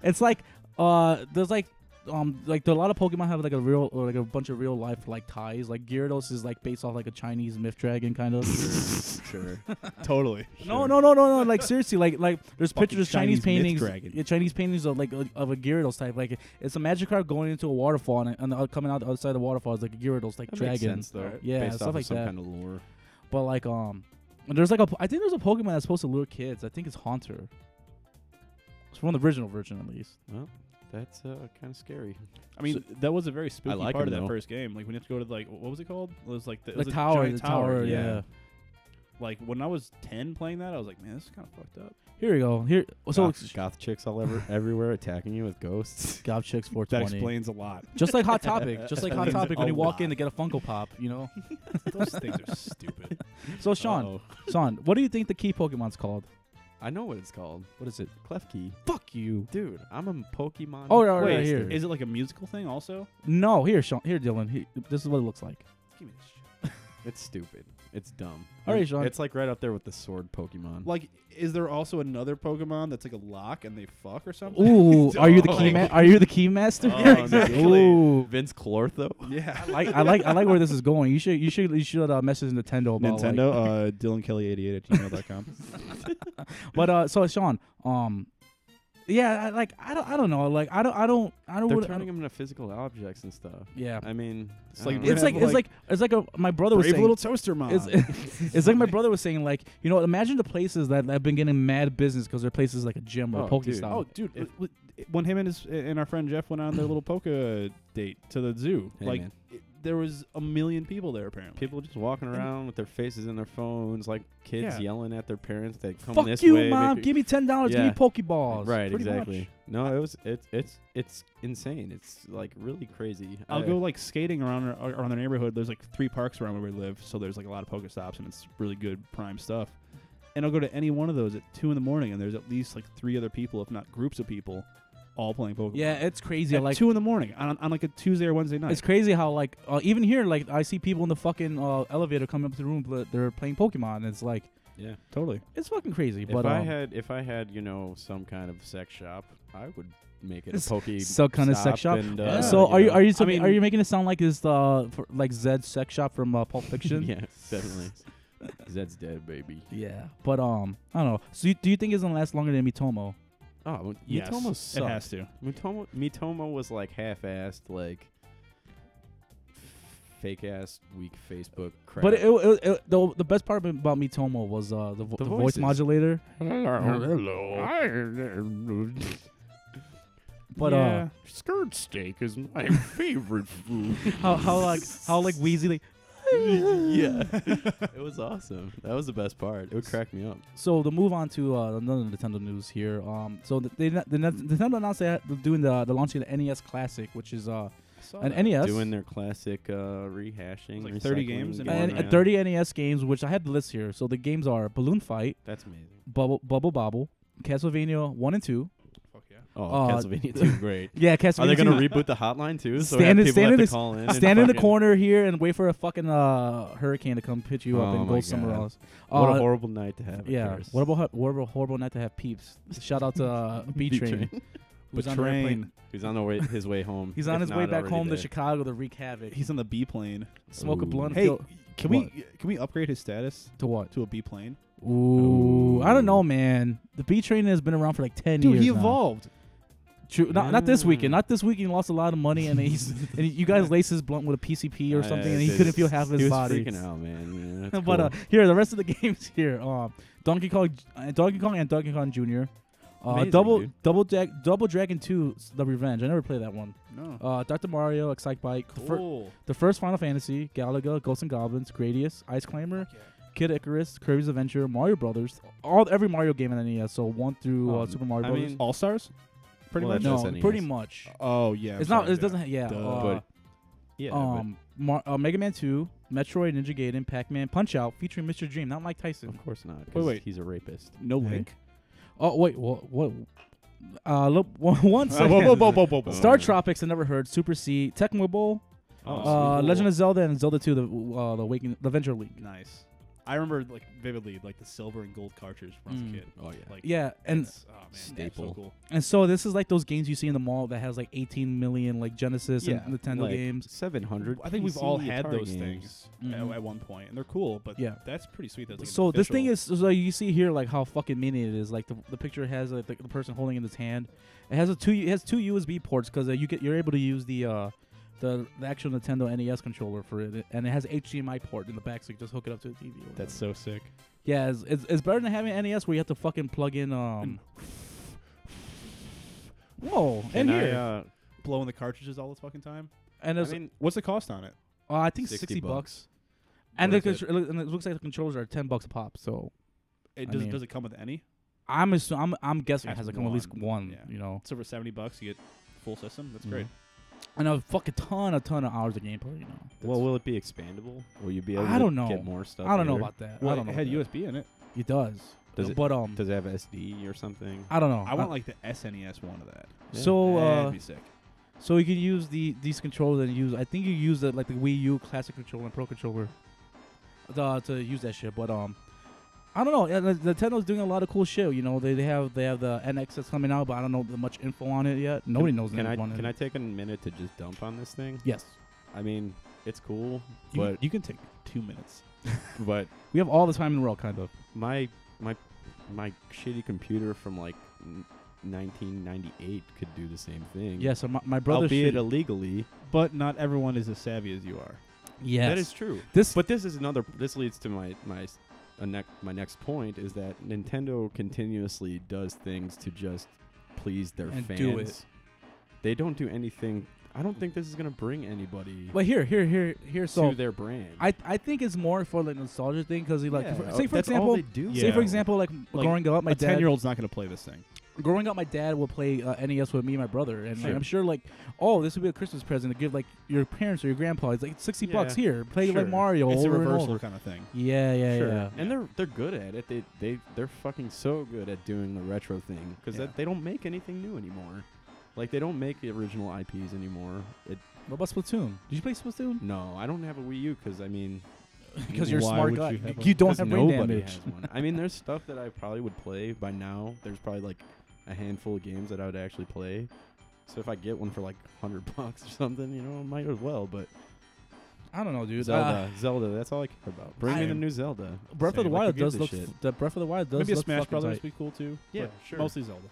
A: it's like uh, there's like um, like there, a lot of Pokemon have like a real or like a bunch of real life like ties. Like Gyarados is like based off like a Chinese myth dragon kind of.
B: Sure.
C: totally.
A: No, no, no, no, no. Like seriously, like like there's
C: Fucking
A: pictures of Chinese,
C: Chinese myth
A: paintings,
C: dragon.
A: yeah, Chinese paintings of like a, of a Gyarados type. Like it's a Magikarp going into a waterfall and, and uh, coming out the other side of the waterfall is like a Gyarados like
B: That
A: dragon.
B: makes sense though.
C: Alright.
A: Yeah,
B: based
A: stuff
B: off of
A: like
B: some
A: that.
B: kind of lore.
A: But like um, and there's like a I think there's a Pokemon that's supposed to lure kids. I think it's Haunter. It's from the original version at least.
B: Well, that's uh, kind of scary.
C: I mean that was a very spooky
B: like
C: part
B: him,
C: of that
B: though.
C: first game. Like when you have to go to like what was it called? It was like the, it
A: The
C: was a
A: tower,
C: giant
A: the tower, yeah.
C: like when I was ten playing that, I was like, man, this is kind of fucked up.
A: Here we go. Here, so
B: goth, goth chicks all over everywhere attacking you with ghosts.
A: Gob Chicks
C: That
A: 420.
C: explains a lot.
A: Just like Hot Topic. Just like Hot
B: Explains
A: Topic when
B: a
A: you walk in
B: lot.
A: to get a Funko Pop, you know?
C: Those things are stupid. Oh.
A: So, Sean,
B: Uh-oh.
A: Sean, what do you think the key Pokemon's called?
B: I know what it's called. What is it? Klefki.
A: Fuck you.
B: Dude, I'm a Pokemon.
A: Oh, right, right,
C: Wait,
A: right here.
C: is it like a musical thing also?
A: No, here, Sean. Here, Dylan. Here, this is what it looks like.
C: Give me this shit.
B: It's stupid. It's dumb.
A: All right,
B: It's-
A: Sean.
B: It's like right up there with the sword Pokemon.
C: Like, is there also another Pokemon that's like a lock and they fuck or something?
A: Ooh, are you the key
B: Don't.
A: man? Are you the key master?
B: Oh, Yeah, exactly.
A: Ooh.
B: Vince Clortho.
C: Yeah.
A: I, I like I like where this is going. You should you should you should uh, message Nintendo about like-
C: Nintendo, uh, Dylan Kelly 88 at gmail.com.
A: but uh, so Sean, um, yeah, I, like I don't I don't know. Like I don't I don't I don't.
B: They're
A: really- I
B: turning
A: don't-
B: them into physical objects and stuff.
A: yeah,
B: I mean,
C: It's
B: I
C: like-
B: don't know.
A: it's like, it's like it's like a, my brother was
C: Brave
A: saying.
C: little toaster mom.
A: it's, it's like my brother was saying, like you know, imagine the places that have been getting mad business because they're places like a gym or a
B: Oh,
A: Pokestop.
B: dude.
C: oh, dude.
B: If-
C: w- w- when him and his and our friend Jeff went on their little polka date to the zoo,
B: Hey,
C: like
B: man.
C: it, there was a million people there apparently.
B: people just walking around with their faces in their phones, like kids
C: Yeah.
B: yelling at their parents. They come
A: Fuck
B: this
A: you,
B: way. make
A: mom!
B: you-
A: Give me ten dollars.
B: Yeah.
A: Give me Pokeballs.
B: right,
A: Pretty
B: exactly.
A: much.
B: No, it was it's it's it's insane. It's like really crazy.
C: I'll
B: I-
C: go like skating around our- around the neighborhood. There's like three parks around where we live, so there's like a lot of Pokestops and it's really good prime stuff. And I'll go to any one of those at two in the morning, and there's at least like three other people, if not groups of people, all playing Pokemon.
A: Yeah, it's crazy.
C: at
A: Like
C: two in the morning on, on like a Tuesday or Wednesday night.
A: it's crazy how like uh, even here, like I see people in the fucking uh, elevator coming up to the room, but they're playing Pokemon. And it's like
B: Yeah.
C: totally.
A: it's fucking crazy.
B: If
A: but
B: I
A: um,
B: had if I had you know some kind of sex shop, I would make it a
A: It's
B: poke.
A: so kind of sex shop.
B: and,
A: Uh,
B: uh,
A: so are you
B: know-
A: are you so
C: I mean-
A: are you making it sound like it's the for, like Zed's sex shop from uh, Pulp Fiction?
B: yeah, definitely. Zed's dead, baby.
A: Yeah. But um, I don't know. So you, do you think it's gonna last longer than Mitomo?
B: Oh,
C: Yes,
B: Mitomo
C: It
B: sucked.
C: has to.
B: Mitomo, Mitomo was like half-assed, like fake-ass, weak Facebook crap.
A: But it, it, it- the the best part about Mitomo was uh the, vo-
B: The
A: the voice
B: voices.
A: modulator.
B: hello.
A: But uh,
B: uh, skirt steak is my favorite food.
A: how how like how like wheezy like.
B: yeah, it was awesome. That was the best part. It would crack me up.
A: So to move on to uh, another Nintendo news here. Um, so th- they the Nintendo announced they're doing the the launching of the NES Classic, which is uh an NES
B: Doing their classic uh, rehashing,
C: Like 30
B: recycling
C: games in
A: and,
C: one,
A: and
B: yeah.
A: 30 NES E games, which I had the list here. So the games are Balloon Fight,
B: That's amazing.
A: Bubble Bubble Bobble, Castlevania One and Two.
C: Fuck yeah.
B: Oh,
A: Uh,
B: Castlevania 2, great.
A: Yeah,
B: Are
A: Castlevania.
B: they
A: two.
B: gonna reboot the hotline too? So
A: Stand in-
B: have people
A: stand in
B: have to
A: this-
B: call in. and
A: stand in the
B: fucking-
A: corner here and wait for a fucking uh, hurricane to come pitch you up
B: Oh
A: and
B: my
A: go somewhere
B: God.
A: else.
B: What
A: Uh,
B: a horrible night to have.
A: yeah, what about hu- what about horrible night to have peeps? Shout out to uh, B Train. who's on the
C: Train.
A: airplane.
B: He's on the way his way home.
A: He's on
B: if
A: his way
B: not
A: back
B: already
A: home
B: there.
A: to Chicago to wreak havoc.
C: He's on the B plane.
A: Smoke a
B: Ooh.
A: blunt.
C: Hey,
A: feel-
C: can we can we upgrade his status
A: to what?
C: to a B plane?
A: Ooh, I don't
B: Ooh.
A: know, man. The B train has been around for like ten years. now. True, not, not this weekend.
B: Mm.
A: Not this weekend. He lost a lot of money, and he's and you guys laced his blunt with a PCP or
B: Yeah,
A: something, and
B: it
A: he
B: is.
A: couldn't feel half of
B: he
A: his
B: was
A: body.
B: freaking out, man. Yeah, that's
A: but uh,
B: cool.
A: here, the rest of the games here. Um, Donkey Kong, uh, Donkey Kong, and Donkey Kong Jr. Uh,
B: Amazing,
A: double
B: dude.
A: double Jack, double Dragon Two: The Revenge. I never played that one.
C: No.
A: Uh, Doctor Mario, Excite Bike, the fir-
C: cool.
A: the first Final Fantasy, Galaga, Ghosts and Goblins, Gradius, Ice Climber, Kid Icarus, Kirby's Adventure, Mario Brothers, all every Mario game on NES. E So one through uh,
B: Um,
A: Super Mario
B: I
A: Brothers.
B: mean, E
C: All stars? Pretty
B: Well,
C: much.
B: that's
A: no,
B: NES.
A: pretty much.
C: Oh yeah. I'm
A: it's not.
C: sorry,
A: It doesn't. ha- Yeah.
C: Duh.
A: uh,
B: But- yeah, but
A: um, Mar- uh, Mega Man Two, Metroid, Ninja Gaiden, Pac Man, Punch Out, featuring Mr. Dream, not Mike Tyson.
B: of course not. 'cause
C: Wait, wait.
B: he's a rapist.
C: No
A: Hey.
C: link.
A: Oh wait, what? What? Uh, look, one one
C: Uh,
A: second.
C: whoa, whoa, whoa, whoa, whoa, whoa.
A: Star Tropics, I never heard. Super C, Tecmo Bowl,
B: Oh,
A: uh,
B: sweet.
A: Legend of Zelda, and Zelda Two, the uh, the Waking, the Venture League.
C: Nice. I remember like vividly like the silver and gold cartridge when I was
A: Mm.
C: a kid.
B: Oh yeah.
C: Like
A: Yeah, and
C: it's- oh, man, that's so
B: staple.
C: cool.
A: and so this is like those games you see in the mall that has like 18 million like Genesis and Nintendo games.
B: Seven hundred.
C: I think we've all had those things
A: Mhm.
C: at, at one point, and they're cool. But
A: Yeah.
C: that's pretty sweet. That's like an
A: so this thing
C: official-
A: is so you see here like how fucking mini it is. Like the, the picture has like the, the person holding in his hand. It has a two it has two USB ports because uh, you get you're able to use the uh the, the actual Nintendo NES controller for it, and it has HDMI port in the back, so you can just hook it up to the TV. or
C: that's
A: whatever.
C: so sick.
A: yeah. It's, it's, it's better than having NES where you have to fucking plug in um. Whoa, and
B: And I,
A: here
B: uh,
C: Blowing the cartridges all the fucking time.
A: and
B: I
A: it's,
B: mean,
C: What's the cost on it?
A: uh, I think
B: 60
A: sixty bucks. and the
B: What is
A: contr- it? look- and it looks like the controllers are ten bucks a pop. So
C: It
A: I
C: does,
A: mean-
C: does it come with any?
A: I'm assu- I'm I'm guessing it
C: Has
A: has to come at least
C: one,
A: one.
C: yeah.
A: You know,
C: It's over seventy bucks. You get full system. That's
A: Mhm.
C: great.
A: and a fuck a ton a ton of hours of gameplay. You know,
B: well, will it be expandable? Will you be able
A: I
B: to
A: don't know.
B: get more stuff?
A: I don't know
B: later?
A: about that.
C: Well,
A: I don't know.
C: it had
A: about
C: USB in it.
A: that. It does.
B: Does it-
A: but um,
B: Does it have SD or something?
A: I don't know.
C: I want like the SNES one of that.
B: yeah.
A: so
C: That'd
A: Oh, uh,
C: be sick.
A: so you can use the these controllers and use. I think you use the like the Wii U classic controller and Pro controller. To, to use that shit, but um, I don't know. Yeah, N- Nintendo's doing a lot of cool shit. You know, they, they have they have the NX that's coming out, but I don't know the much info on it yet. Nobody knows
B: Can I
A: anything on
B: can
A: it.
B: I take a minute to just dump on this thing?
A: yes,
B: I mean, it's cool,
C: You,
B: but
C: you can take two minutes.
B: but
A: we have all the time in the world, kind of.
B: my my my shitty computer from like n- 1998 could do the same thing.
A: Yeah, so my, my brother.
B: albeit
A: should-
B: illegally.
C: But not everyone is as savvy as you are.
A: yes,
B: That is true.
A: this.
B: But this is another. This leads to my my s- a nec- my next point is that Nintendo continuously does things to just please their
A: And
B: fans.
A: do it.
B: They don't do anything. I don't think this is gonna bring anybody
A: But here, here, here, here.
B: to
A: So
B: their brand.
A: I I think it's more for the nostalgia thing because like
B: Yeah,
A: for-
B: uh,
A: say for
B: that's
A: example
B: all they do.
A: say
C: Yeah.
A: for example like, m-
C: Like,
A: growing up my
C: a ten year
A: dad
C: old's not going to play this thing.
A: growing up my dad would play uh, NES with me and my brother and like,
B: Sure.
A: I'm sure like oh this would be a Christmas present to give like your parents or your grandpa it's like sixty bucks
B: Yeah.
A: here play
B: Sure.
A: like Mario
C: it's a
A: over and
C: reversal
A: over.
C: kind of thing.
A: yeah yeah
B: Sure.
A: yeah
B: and they're they're good at it. They they they're fucking so good at doing the retro thing because
C: Yeah.
B: they don't make anything new anymore. Like they don't make the original IPs anymore. It,
A: what about Splatoon did you play Splatoon
B: no, I don't have a Wii U because I mean
A: because you're a
C: Why
A: smart
C: would
A: guy
C: you
A: you,
C: have a-
A: don't
B: 'Cause
A: have brain
B: nobody
A: damage
B: has one. I mean, there's stuff that I probably would play by now. There's probably like a handful of games that I would actually play. So if I get one for like hundred bucks or something, you know, I might as well. But
A: I don't know dude Uh,
B: Zelda, Zelda, that's all I care about. Bring me the
A: Same.
B: new Zelda.
A: Breath of the
B: Same. Like, who
A: Wild
B: gives
A: does
B: a
A: look
B: shit?
A: f- the Breath of the Wild does
C: Maybe a
A: look
C: Smash
A: fucking
C: Brothers
A: tight.
C: would be cool too.
B: Yeah,
C: but
B: sure.
C: Mostly Zelda.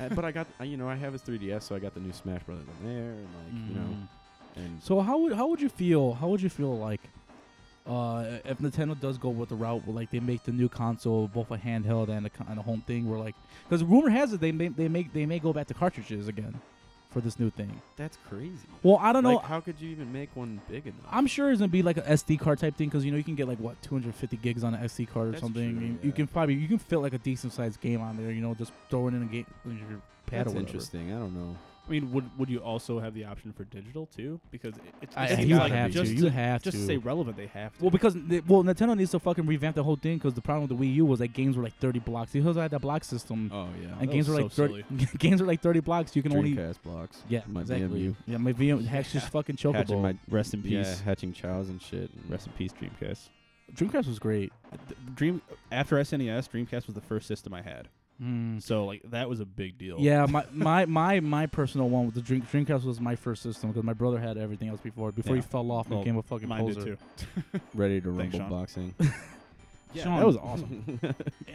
B: Uh, but I got, I- you know, I have his 3DS, so I got the new Smash Brothers on there, and like, you know,
A: Mhm.
B: and
A: So how would how would you feel? How would you feel like uh, if Nintendo does go with the route where like they make the new console both a handheld and a, con- and a home thing? Where like because rumor has it they may they make they may go back to cartridges again for this new thing.
B: that's crazy.
A: Well, I don't
B: like,
A: know.
B: how could you even make one big enough?
A: I'm sure it's gonna be like a SD card type thing because you know you can get like what 250 gigs on an SD card or
B: That's
A: something.
B: true,
A: you,
B: yeah.
A: you can probably you can fit like a decent sized game on there. You know, just throw it in a game in your pad
B: that's
A: or whatever.
B: interesting. I don't know.
C: I mean, would would you also have the option for digital too? Because it, it's
A: I,
C: it's
B: think
A: you
B: gotta
C: like
A: have
B: be.
A: to.
C: just
A: You have
C: just
A: to.
C: to stay relevant, they have to.
A: Well, because they, well, Nintendo needs to fucking revamp the whole thing because the problem with the Wii U was like games were like thirty blocks. Because I had that block system,
B: Oh yeah,
A: and
C: that
A: games
C: was
A: were like
C: so
A: thirty. games were like thirty blocks. You can only
B: Dreamcast blocks.
A: yeah,
B: my
A: exactly.
B: VMU.
A: Yeah, my VM hacks just fucking
B: Hatching
A: chocobo.
B: my
C: rest in
B: yeah,
C: peace.
B: hatching chows and shit. and-
C: Rest in peace, Dreamcast.
A: Dreamcast was great.
C: Th- Dream after SNES, Dreamcast was the first system I had.
A: Mm.
C: So like that was a big deal.
A: Yeah, my, my my my personal one with the Dream, Dreamcast was my first system because my brother had everything else before before
C: Yeah.
A: he fell off and
C: Well,
A: became a fucking
C: mine
A: poser.
C: did too.
B: ready to
C: Thanks,
B: rumble
C: Sean.
B: boxing.
A: Yeah,
C: that was awesome.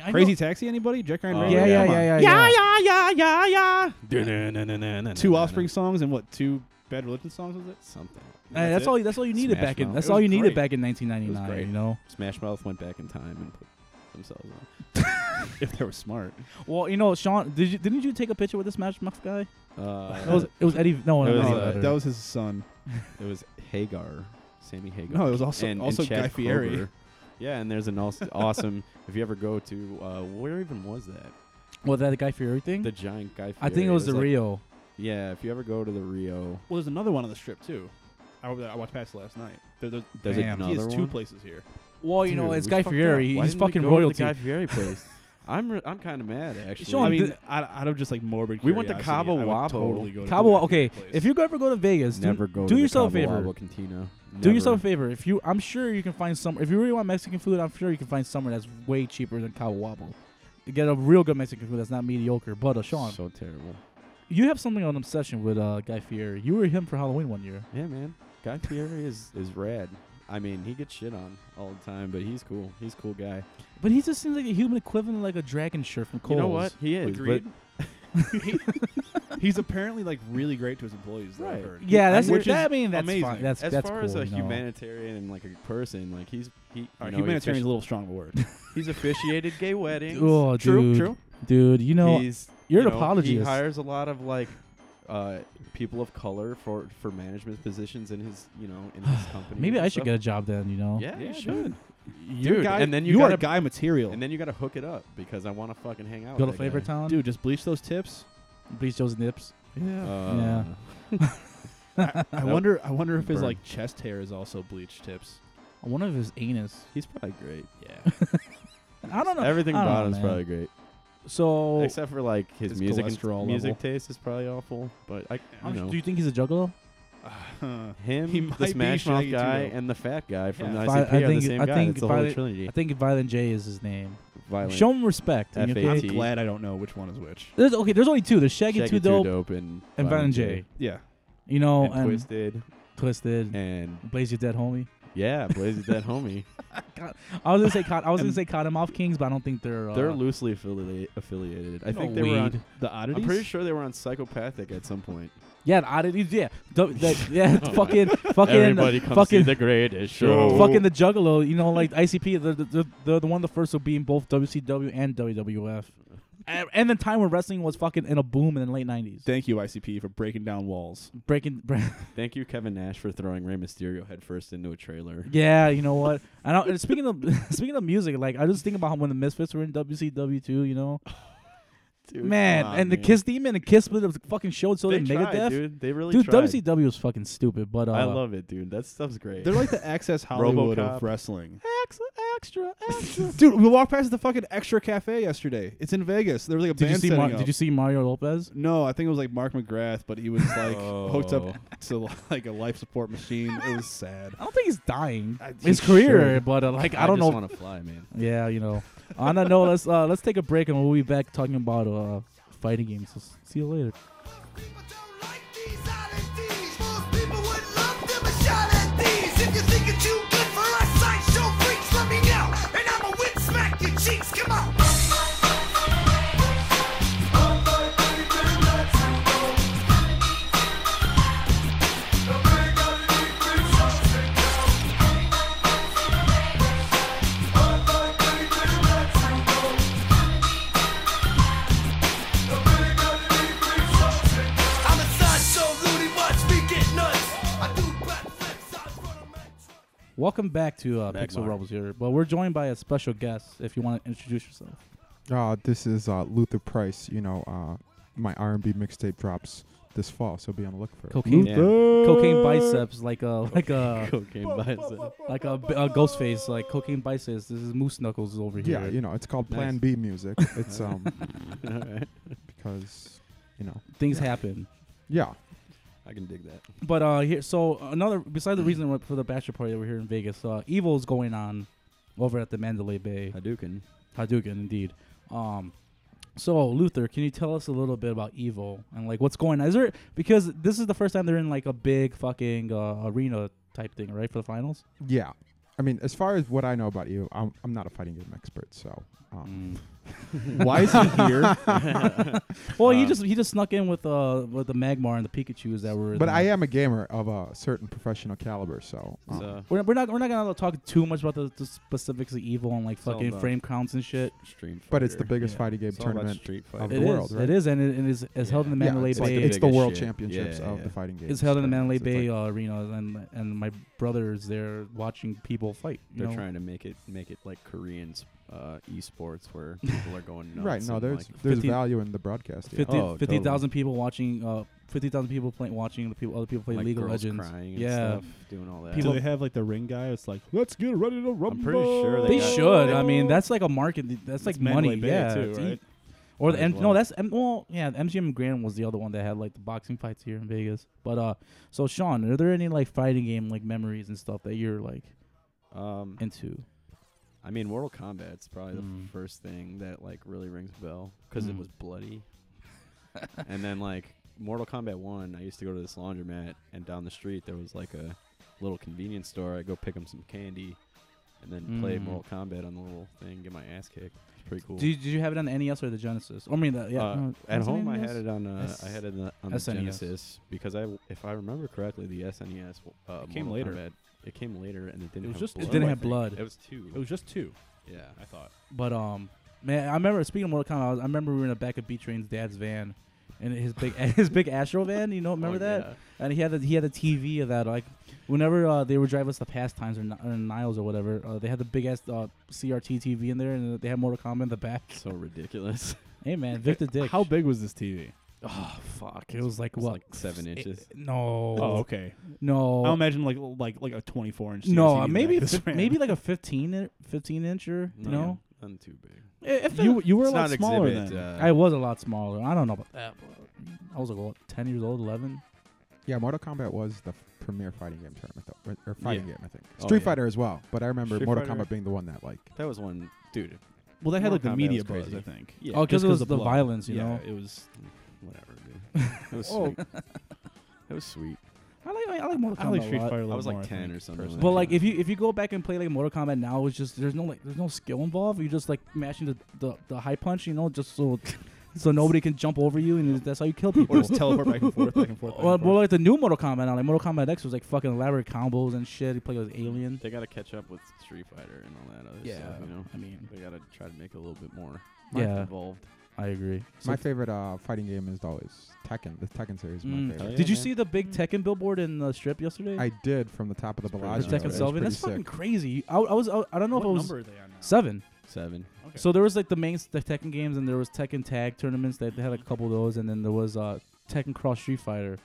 A: I know-
C: Crazy Taxi, anybody? Jack Ryan
B: Oh,
C: Radio?
A: Yeah, yeah,
C: Come on.
A: yeah, yeah, yeah,
B: yeah, yeah, yeah, yeah.
C: Two Offspring songs and what? Two Bad Religion songs was it?
B: Something.
A: Hey, that's
C: it.
A: all. That's all you needed
B: Smash
A: back in.
B: Mouth.
A: That's
B: It
A: all
B: was
A: you needed
B: great.
A: back in
B: great.
A: 1999. You know.
B: Smash Mouth went back in time and put themselves on.
C: if they were smart.
A: Well, you know, Sean, did you didn't you take a picture with this Match Muff guy?
B: Uh,
A: That was it was Eddie. No,
B: It
A: no,
B: was,
A: no,
B: uh,
A: Vedder.
C: that was his son.
B: it was Hagar, Sammy Hagar.
C: No, it was also
B: and,
C: also
B: and Chad
C: Guy Fieri.
B: Kroeger. Yeah, and there's an also awesome. If you ever go to uh, where even was that?
A: well that guy Fury thing.
B: The giant Guy Fieri.
A: I think it was the
B: like-
A: Rio.
B: Yeah, if you ever go to the Rio,
C: Well, there's another one on the strip too. I, wa- I watched past last night. There, there's
B: there's
A: Damn.
B: another
C: he has
B: one.
C: two places here.
A: Well, Oh, you know,
B: Dude,
A: it's
B: we
A: Guy
B: fucked up.
A: Fieri.
B: Why
A: He's
B: didn't we
A: fucking
B: go to the
A: royalty.
B: Guy Fieri place. I'm re- I'm kind of mad actually.
A: Sean,
C: I mean,
A: the-
C: out, out of just like morbid.
B: We went to
C: curiosity,
B: Cabo
C: I would
B: Wabo.
C: Totally go to
A: Cabo,
C: that
A: okay.
C: place.
A: If you ever go to Vegas, do,
B: never go.
A: do
B: to
A: yourself
B: the
A: a
B: Cabo
A: favor.
B: Wabo Cantina.
A: do
B: Never.
A: yourself a favor. If you, I'm sure you can find some. If you really want Mexican food, I'm sure you can find somewhere that's way cheaper than Cabo Wabo. Get a real good Mexican food that's not mediocre. But uh, Sean,
B: So terrible.
A: you have something on obsession with uh, Guy Fieri. You were him for Halloween one year.
B: Yeah, man. Guy Fieri is is rad. I mean, he gets shit on all the time, but he's cool. He's a cool guy.
A: But he just seems like a human equivalent, like a dragon shirt from Cole's.
B: You know what? He is.
C: Agreed.
B: But
C: He- he's apparently like really great to his employees. Though,
B: Right.
C: I've heard.
A: Yeah, that's
B: Which
A: that,
B: is
A: I mean, that's
C: amazing.
A: Fine. That's
B: as
A: that's
B: far
A: cool,
B: as a
A: you know.
B: humanitarian and like a person, like he's he. you
C: All right,
B: know, he
C: humanitarian is a little strong of a word.
B: offici- He's officiated gay weddings.
A: Oh,
B: true,
A: dude.
B: true.
A: dude, you know,
B: he's
A: you're
B: you
A: an
B: know, He
A: apologist.
B: hires a lot of like uh, people of color for for management positions in his you know in his company.
A: Maybe
B: and
A: I should get
B: stuff.
A: a job then. You know.
B: Yeah,
C: Yeah,
B: you should.
C: You're
B: Dude,
C: guy-
B: and then you,
C: are
B: gotta,
C: guy material.
B: and then you gotta hook it up because I want to fucking hang out.
A: Go to
B: with that
A: Flavor
B: guy.
A: Town.
C: dude, just bleach those tips.
A: Bleach those nips.
C: Yeah.
B: Uh,
C: I, I
B: Nope.
C: wonder. I wonder if his
B: Burn.
C: like chest hair is also bleach tips.
A: One of his anus.
B: He's probably great.
C: Yeah.
A: I don't know.
B: Everything
A: I don't
B: about
A: know,
B: him is
A: man.
B: probably great,
A: So,
B: except for like his,
C: His
B: music and
C: cholesterol
B: music
C: level.
B: taste is probably awful. But I, you
A: I'm-
B: know,
A: do you think he's a juggalo?
B: him,
C: He
B: the
C: might be
B: Smash Mouth
C: Shaggy
B: guy,
C: too, though.
B: and the fat guy
C: Yeah.
B: from the
A: Vi-
B: ICP
A: I
B: are the
A: think-
B: same
A: I
B: guy.
A: think
B: it's the holy
A: Violet-
B: trinity.
A: I think Violent J is his name.
B: Violent,
A: Show him respect. you know,
B: F.A.T..
C: I'm
A: okay?
B: T.
C: glad I don't know which one is which.
A: There's okay. There's only two. There's Shaggy,
B: Shaggy
A: Two
B: Too
A: Dope,
B: Dope, and
A: and Violent
B: Violent
A: J.
C: Yeah.
A: You know,
B: and
A: and,
B: Twisted,
A: Twisted,
B: and
A: Blaze Your Dead Homie.
B: yeah, Blaze is that homie.
A: I was gonna say Cot- I was gonna
B: And-
A: say Cottonmouth Kings, but I don't think they're uh,
B: They're loosely affiliated. affiliated. I
A: you know,
B: think they were on.
A: weed.
C: The oddities.
B: I'm pretty sure they were on Psychopathic at some point.
A: Yeah, the oddities. Yeah, the, the, yeah. fucking, fucking,
B: Everybody come
A: fucking,
B: see the greatest show.
A: fucking the Juggalo. You know, like ICP. They're, they're, they're the one of the first to be in both WCW and WWF, and, and the time when wrestling was fucking in a boom in the late '90s.
C: Thank you, ICP, for breaking down walls.
A: Breaking, bre-
B: Thank you, Kevin Nash, for throwing Rey Mysterio headfirst into a trailer.
A: yeah. You know what? I don't. and Speaking of speaking of music, like I just think about when the Misfits were in WCW too. You know,
B: Dude,
A: man,
B: come on,
A: and the Kiss Demon and Kiss split up the fucking show so
B: They
A: they
B: tried,
A: Megadeth.
B: dude. They really
A: Dude,
B: tried.
A: WCW was fucking stupid, but uh,
B: I love it, dude. That stuff's great.
C: They're like the Access Hollywood
B: RoboCop.
C: of wrestling.
B: extra, extra, extra.
C: Dude, we walked past the fucking Extra Cafe yesterday. It's in Vegas. There was like a
A: Did
C: band
A: you see?
C: setting
A: Mar-
C: up.
A: did you see Mario Lopez?
C: No, I think it was like Mark McGrath, but he was like hooked
B: Oh.
C: up to like a life support machine. It was sad.
A: I don't think he's dying.
C: I-
A: His
C: he
A: career,
C: should.
A: but uh, like I don't know.
B: just want to fly, man.
A: yeah, you know. On that note, let's uh, let's take a break and we'll be back talking about uh, fighting games. So s- see you later.
D: Most people don't like these oddities. Most people would love them a shot at these. If you think you're too good for us, sideshow freaks, let me know. And I'ma whip smack your cheeks. Come on. I'm a sideshow loony, watch me get nuts. I do backflips, I run a man truck.
A: Welcome back to uh,
B: Back,
A: Pixel
B: Mark.
A: Rebels here, but we're joined by a special guest. If you want to introduce yourself,
E: Uh, this is uh, Luther Price. You know, uh, my R&B mixtape drops this fall, so be on the look for it.
A: cocaine,
B: Yeah.
A: cocaine biceps, like a like a
B: Cocaine bicep.
A: like a, b- a ghost face, like cocaine biceps. This is Moose Knuckles is over here.
E: Yeah, you know, it's called Plan
B: Nice.
E: B music. It's um because you know,
A: things happen.
E: yeah,
B: I can dig that.
A: But uh, here, so another besides the reason we're- for the bachelor party that we're here in Vegas, uh, evil's going on over at the Mandalay Bay
B: Hadouken.
A: Hadouken, indeed. Um, so Luther, can you tell us a little bit about evil and like what's going on? Is there because this is the first time they're in like a big fucking uh, arena type thing, right, for the finals?
E: yeah. I mean, as far as what I know about you, I'm, I'm not a fighting game expert, so um,
C: Why is he here?
A: Well, he
B: Um,
A: just he just snuck in with uh with the Magmar and the Pikachu's that were.
E: but
A: in
E: I
C: uh,
A: the-
E: am a gamer of a certain professional caliber, so, um,
B: So
A: We're, we're not we're not gonna talk too much about the, the specifics of evil and like
B: It's all
A: fucking
B: about-
A: frame counts and shit.
B: stream. Fighter.
E: but it's the biggest
A: Yeah.
E: fighting game
B: It's all about
E: tournament.
B: Street
E: of
B: Fighter.
E: the
A: It is.
E: world, right?
A: It is, and it, and it's, it's held in the
B: Yeah,
A: Mandalay
E: it's,
A: Bay.
E: like,
B: the
E: it's the
B: biggest
E: world
B: shit.
E: championships
B: Yeah,
E: of
B: yeah.
E: the fighting game.
A: It's held in the Mandalay Bay uh, arena, and and my brother is there watching people fight. You
B: They're
A: know?
B: trying to make it make it like Korean uh, esports where people are going nuts.
E: right? No,
B: and,
E: there's
B: like,
E: there's
A: 50
E: value in the broadcast. yeah.
A: 50
B: Oh,
A: 50,000
B: totally.
A: people watching. Uh, Fifty thousand people playing, watching the people, other people play
B: like,
A: League of
B: girls
A: Legends.
B: crying and
A: yeah,
B: stuff, doing all that.
A: People-
C: Do they have like the ring guy? It's like, let's get ready to rumble.
B: I'm pretty sure
A: they
B: got-
A: should. I mean, that's like a market. That's, like
C: Mandalay
A: money.
C: Bay,
A: yeah,
C: too,
A: it's
C: right?
A: e- or the
B: Might as
A: M- no,
B: well.
A: that's M- well, yeah. the MGM Grand was the other one that had like the boxing fights here in Vegas. But uh, so Sean, are there any like fighting game like memories and stuff that you're like
B: um,
A: into?
B: I mean, Mortal Kombat's probably
A: Mm.
B: the first thing that like really rings a bell because it
A: Mm.
B: was bloody. and then like Mortal Kombat One, I used to go to this laundromat, and down the street there was like a little convenience store. I would go pick 'em some candy, and then play
A: Mm.
B: Mortal Kombat on the little thing, get my ass kicked. It's pretty cool.
A: Did, did you have it on the NES or the Genesis? I mean, the, E yeah.
B: Uh,
A: no,
B: at
A: was it
C: E
B: home, I
A: NES?
B: had it on. Uh, I had it on the, on the
A: SNES.
B: Genesis because I, if I remember correctly, the SNES uh,
C: It came
B: Mortal
C: later.
B: Kombat, it came later, and it didn't.
C: was
B: have
C: just- it
B: blood,
A: didn't
B: I
A: have
B: think.
A: blood.
B: It was two.
C: It was just two,
B: yeah.
C: I thought.
A: But um, man, I remember speaking of Mortal Kombat. I, was, I remember we were in the back of B Train's dad's van, and his big his big Astro van. You know, remember
B: Oh,
A: that? And he had the, he had a TV of that. Like whenever uh, they would drive us to Pastimes or, Ni- or Niles or whatever, uh, they had the big ass uh, CRT TV in there, and they had Mortal Kombat in the back.
B: yeah. So ridiculous.
A: Hey man, Victor Dick.
C: How big was this TV?
A: Oh fuck! It was like
B: It's
A: what?
B: like seven
A: Eight-
B: inches.
A: no.
C: Oh, okay.
A: no.
C: I'll imagine like like like a 24 inch.
A: no,
C: CRT
A: uh,
C: back
A: maybe
C: this
A: fif-
C: round.
A: maybe like a 15, in- 15 incher. You know,
B: none too big.
A: if
C: you you were a
B: It's
C: lot
B: not
C: smaller
B: exhibit,
C: then.
B: uh,
A: I was a lot smaller. I don't know about that. But I was like what, ten years old, eleven.
E: Yeah, Mortal Kombat was the f- premier fighting game tournament, though, or, or fighting
B: Yeah.
E: game, I think.
B: Oh,
E: Street
B: yeah.
E: Fighter as well, but I remember
B: Street
E: Mortal
B: Fighter.
E: Kombat being the one that like.
B: that was one, dude.
C: Well, they had like the
B: Mortal Kombat
C: media
B: was
C: buzz,
B: crazy.
C: I think.
B: Yeah,
A: oh, because
C: just
A: it
C: 'cause
A: was
C: the
A: the,
C: blood.
A: violence, you
C: yeah,
A: know.
C: it was.
B: whatever, dude. It was
A: Oh.
B: sweet. It was sweet.
A: I like I like Mortal Kombat
C: I like
A: a
C: Street
A: lot.
C: Fighter. a
B: I
C: little
B: was
C: more,
B: like
C: I
B: ten
C: think,
B: or something.
C: personally.
A: But like if you if you go back and play like Mortal Kombat now, it's just there's no like there's no skill involved. You're just like mashing the the, the high punch, you know, just so so nobody can jump over you, and that's how you kill people.
C: or just teleport back and forth, back and forth. Back
A: Well,
C: and
A: well,
C: forth.
A: like the new Mortal Kombat now, like Mortal Kombat X was like fucking elaborate combos and shit. You play with Alien.
B: they got to catch up with Street Fighter and all that other stuff, you know.
A: I mean,
B: They got to try to make it a little bit more
E: My
A: yeah,
B: involved.
A: I agree.
E: my favorite uh, fighting game is always Tekken. The Tekken series is my
A: Mm.
E: favorite.
B: yeah,
A: Did you
B: man.
A: see the big Tekken billboard in the strip yesterday?
E: I did from the top of the
B: It's pretty
A: the
B: nice.
E: Bellagio. It
A: Tekken
E: was
A: Seven.
E: pretty
A: That's
E: sick.
A: fucking crazy. I, I was I, I don't know
C: what
A: if it was
C: number are they on now?
A: seven.
B: Seven.
C: Okay.
A: So there was like the main the Tekken games, and there was Tekken Tag tournaments. They had a couple of those, and then there was uh, Tekken Cross Street Fighter.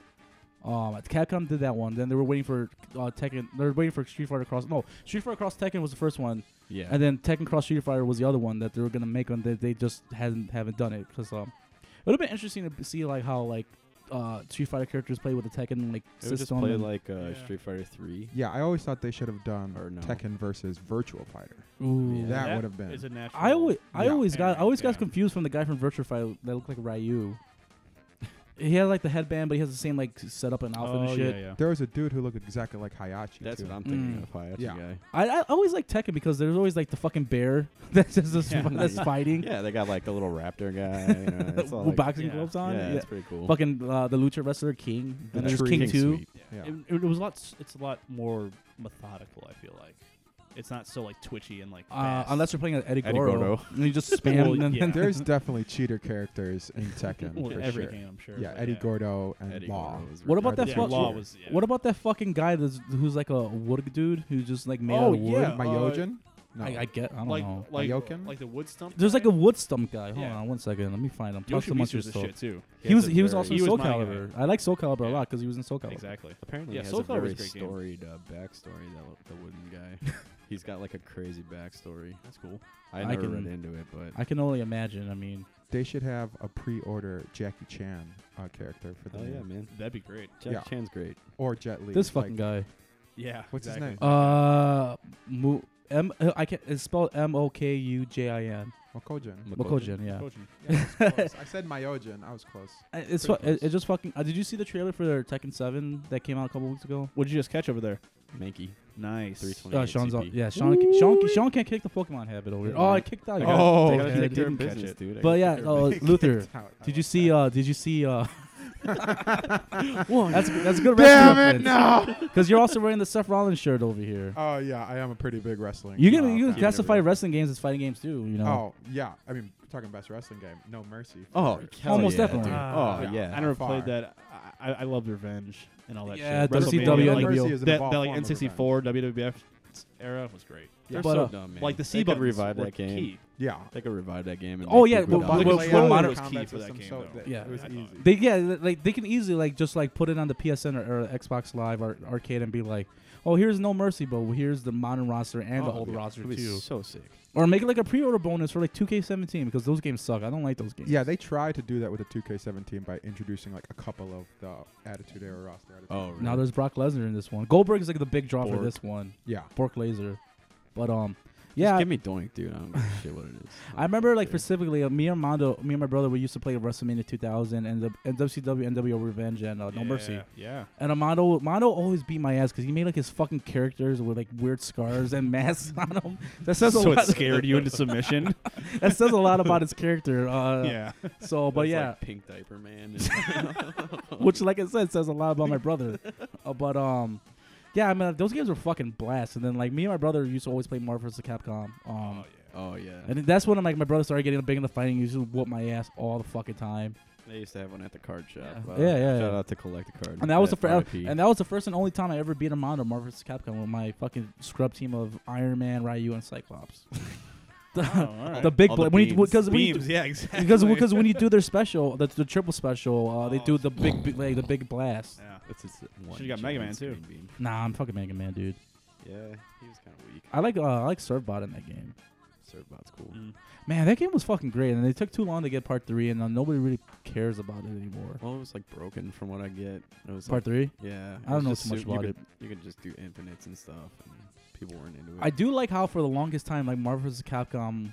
A: Um, Capcom did that one. Then they were waiting for uh, Tekken. They were waiting for Street Fighter Cross. No, Street Fighter Cross Tekken was the first one,
B: Yeah.
A: and then Tekken Cross Street Fighter was the other one that they were gonna make, and they, they just hadn't haven't done it because um, it would have been interesting to b- see like how like uh Street Fighter characters play with the Tekken like
B: They would just
A: system.
B: play
A: and-
B: like uh,
C: Yeah.
B: Street Fighter Three.
E: Yeah, I always thought they should have
A: Mm.
E: done
B: Or no.
E: Tekken versus Virtual Fighter.
A: Ooh.
B: Yeah.
E: That
C: That
E: would have been.
C: It's a natural.
A: I always, I
E: Yeah.
A: always got, I always got
C: Yeah.
A: confused from the guy from Virtua Fight that looked like Ryu. he had like the headband, but he has the same like setup and outfit and
C: Oh,
A: shit.
C: yeah, yeah.
E: There was a dude who looked exactly like Hayachi.
B: That's
E: too.
B: what I'm thinking
A: Mm.
B: of. Hiachi
E: Yeah.
B: guy.
A: I, I always like Tekken because there's always like the fucking bear that's just that's,
C: Yeah.
A: that's fighting
B: Yeah, they got like the little raptor guy. You know, it's all,
A: with
B: like,
A: boxing
C: yeah.
A: gloves
B: yeah,
A: on. Yeah.
B: it's pretty cool.
A: Fucking uh, the lucha wrestler King,
E: The
A: and there's
E: tree.
A: King,
E: King
A: Two.
B: Sweet.
E: Yeah.
C: It, it was a lot. s- It's a lot more methodical. I feel like it's not so like twitchy and like.
A: Uh,
C: fast.
A: unless you're playing at Eddie
B: Eddie
A: Goro,
B: Gordo.
A: and you just spam.
C: Well,
A: and
C: yeah.
A: then
E: There's definitely cheater characters in Tekken.
C: well,
E: for
C: every
E: sure.
C: game, I'm sure.
E: Yeah,
C: but
E: Eddie Gordo and
B: Eddie
E: Law.
B: Gordo was
A: What about
B: ridiculous.
A: that
C: Yeah,
A: fuck-
C: Law was. Yeah.
A: What about that fucking guy that's, who's like a wood dude who's just like made
C: Oh,
A: out of wood?
C: yeah.
E: Myojin? No.
A: I, I get. I don't
C: like
A: know.
C: like
E: Ryokan?
C: like the wood stump?
A: There's like a wood stump guy. Hold
C: Yeah.
A: on one second. Let me find him. Talk to
C: Yoshimitsu's
A: Monster
C: the
A: Soul.
C: shit too.
A: He was
B: has a
A: he was
B: very-
A: also
C: He
A: in
C: was
A: Soul
C: my guy.
A: Calibur. I like Soul Calibur a
C: Yeah.
A: lot because he was in Soul Calibur.
C: Exactly.
B: Apparently,
C: Yeah,
B: he has
C: Soul
B: a
C: Calibur was a
B: very
C: great game.
B: storied uh, backstory. That w- the wooden guy. He's got like a crazy backstory.
C: That's cool.
B: I
A: I
B: never
A: can-
B: read into it, but
A: I can only imagine. I mean,
E: They should have a pre-order Jackie Chan uh, character for the
B: hell
E: game.
B: Oh, yeah, man.
C: That'd be great.
B: Jack
E: Yeah.
B: Chan's great.
E: or Jet Li.
A: this fucking guy.
C: Yeah.
E: What's his
C: exactly.
E: name?
A: Uh, Mu, M. uh, I can. It's spelled M O K U J I N.
E: guy. Mokojin.
A: Mokojin. Yeah.
C: Coaching.
E: Yeah, I was close. I said Myojin. I was close.
A: I- It's fu-
C: Pretty
A: it,
C: close.
A: it just fucking. Uh, did you see the trailer for their Tekken Seven that came out a couple weeks ago?
C: What'd you just catch over there?
B: Mankey.
C: Nice.
B: 320.
A: Uh,
B: 28
A: Sean's on.
B: CP.
A: Yeah, Sean. Can, Sean. Sean can't kick the Pokemon habit over here. Oh, I kicked out.
B: They
A: your
B: gotta-
C: Oh,
B: they gotta
A: okay.
B: take
A: I
B: care
A: didn't
B: of
A: catch
B: business,
C: it.
B: dude. I
A: But
B: gotta
A: yeah,
B: take care of
A: uh,
B: business.
A: Luther.
E: Kicked out. I
A: Did you
E: like
A: see?
E: that.
A: Uh, did you see? Uh,
E: Whoa.
A: that's that's a good. wrestling
E: Damn it!
A: reference.
E: No.
A: Because you're also wearing the Seth Rollins shirt over here.
E: Oh yeah, I am a pretty big wrestling.
A: you can
E: uh,
A: you can
E: fan.
A: classify wrestling games as fighting games too. You know.
E: Oh yeah, I mean talking best wrestling game. No mercy.
B: Oh, hell
A: Almost
B: yeah,
A: definitely.
B: dude.
C: Ah,
B: oh
E: yeah.
B: yeah.
C: I never
E: Far.
C: played that. I, I, I loved Revenge and all that
A: Yeah,
C: shit.
A: the
E: WCW,
A: WCW,
C: like,
E: No
A: NWO.
E: Mercy is an
C: that,
E: evolved
C: that like
E: form of
C: N64 WWF era was great.
B: They're
A: But,
B: so
A: uh,
B: dumb, man.
C: Like the
B: They
C: C
B: could
C: buttons
B: revive
C: were
B: that game.
C: key.
E: Yeah.
B: They could revive that game. And
A: Oh,
B: make
A: yeah,
B: people
A: well,
B: dumb.
A: Body
E: Well,
A: layout
E: well,
A: modern
E: was
C: combat
E: key for
C: system,
E: that game,
C: so
E: though.
C: that-
A: yeah.
E: it was
C: I thought-
E: easy.
A: They yeah th- like they can easily like just like put it on the PSN or, or Xbox Live or arcade and be like, oh here's No Mercy, but here's the modern roster and the
B: Oh,
A: old
B: yeah.
A: roster
B: It'd be
A: too.
B: So sick.
A: Or make it like a pre-order bonus for like 2K17 because those games suck. I don't like those games.
E: Yeah, they tried to do that with the 2K17 by introducing like a couple of the Attitude Era roster. Attitude.
B: Oh,
A: Now there's Brock Lesnar in this one. Goldberg is like the big draw for
B: Bork.
A: this one.
E: yeah.
A: Bork Laser, but um,
B: Just
A: yeah.
B: give me Doink, dude. I don't give a shit what it is.
A: I remember like specifically uh, me and Mondo, me and my brother, we used to play WrestleMania 2000 and the and WCW NWO Revenge and uh, No Mercy.
C: Yeah.
A: And Amando, Amando always beat my ass because he made like his fucking characters with like weird scars and masks on them. That says a
C: so it
A: lot.
C: scared you into submission.
A: That says a lot about his character. Uh,
C: yeah.
A: So, but
B: That's
A: yeah,
B: like Pink Diaper Man.
A: which like I said says a lot about my brother. Uh, but um, yeah, I mean those games were fucking blasts. And then like me and my brother used to always play Marvel vs. Capcom. Um,
B: oh yeah.
A: and that's when I'm like my brother started getting big into fighting. He used to whoop my ass all the fucking time.
B: They used to have one at the card shop.
A: Yeah. Yeah, yeah,
B: Shout
A: yeah.
B: out to Collect a Card.
A: And that was the first,
B: FRP.
A: and that was the first and only time I ever beat a Mondo Marvel's Capcom with my fucking scrub team of Iron Man, Ryu, and Cyclops. the,
C: Oh, all right.
A: the big
B: All
A: bl-
B: the
A: when you
B: beams.
A: because when you do-
C: Beams, yeah, exactly.
A: because because when you do their special, the, the triple special, uh, they
C: Oh,
A: do the big, big like the big blast.
C: yeah.
B: That's just one
C: Should've got Mega
B: giant
C: Man, too.
B: screen beam.
A: Nah, I'm fucking Mega Man, dude.
B: Yeah, he was kind of weak.
A: I like uh, I like Surfbot in that game.
B: Servbot's cool.
C: Mm.
A: Man, that game was fucking great, and they took too long to get part three, and uh, nobody really cares about it anymore.
B: Well, it was like broken from what I get. It was
A: Part
B: like,
A: three.
B: Yeah, it
A: I don't
B: was
A: know
B: just
A: too much
B: su- you
A: about
B: could, You could just do infinites and stuff, and people weren't into it.
A: I do like how for the longest time, like Marvel vs. Capcom,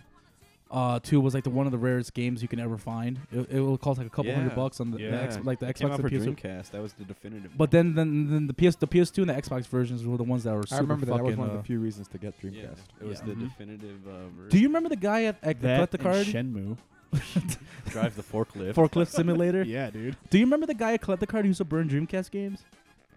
A: uh, two was like the one of the rarest games you can ever find. It, it will cost like a couple hundred
B: Yeah.
A: bucks on the, the
B: yeah.
A: X, like the
B: it came
A: Xbox
B: out
A: and
B: for
A: PS.
B: Dreamcast. That was the definitive.
A: But then, then, then the PS, the PS2 and the Xbox versions were the ones that were. Super
E: I remember that.
A: fucking,
E: That was one
A: uh,
E: of the few reasons to get
B: one.
E: Dreamcast.
B: yeah, it was
A: Yeah.
B: the
A: Mhm.
B: definitive. Uh, version.
A: Do you remember the guy at, at the
C: That
A: collect the card?
C: and Shenmue.
B: drive the forklift?
A: Forklift Simulator.
C: Yeah, dude.
A: Do you remember the guy at Collect the Card who used to burn Dreamcast games?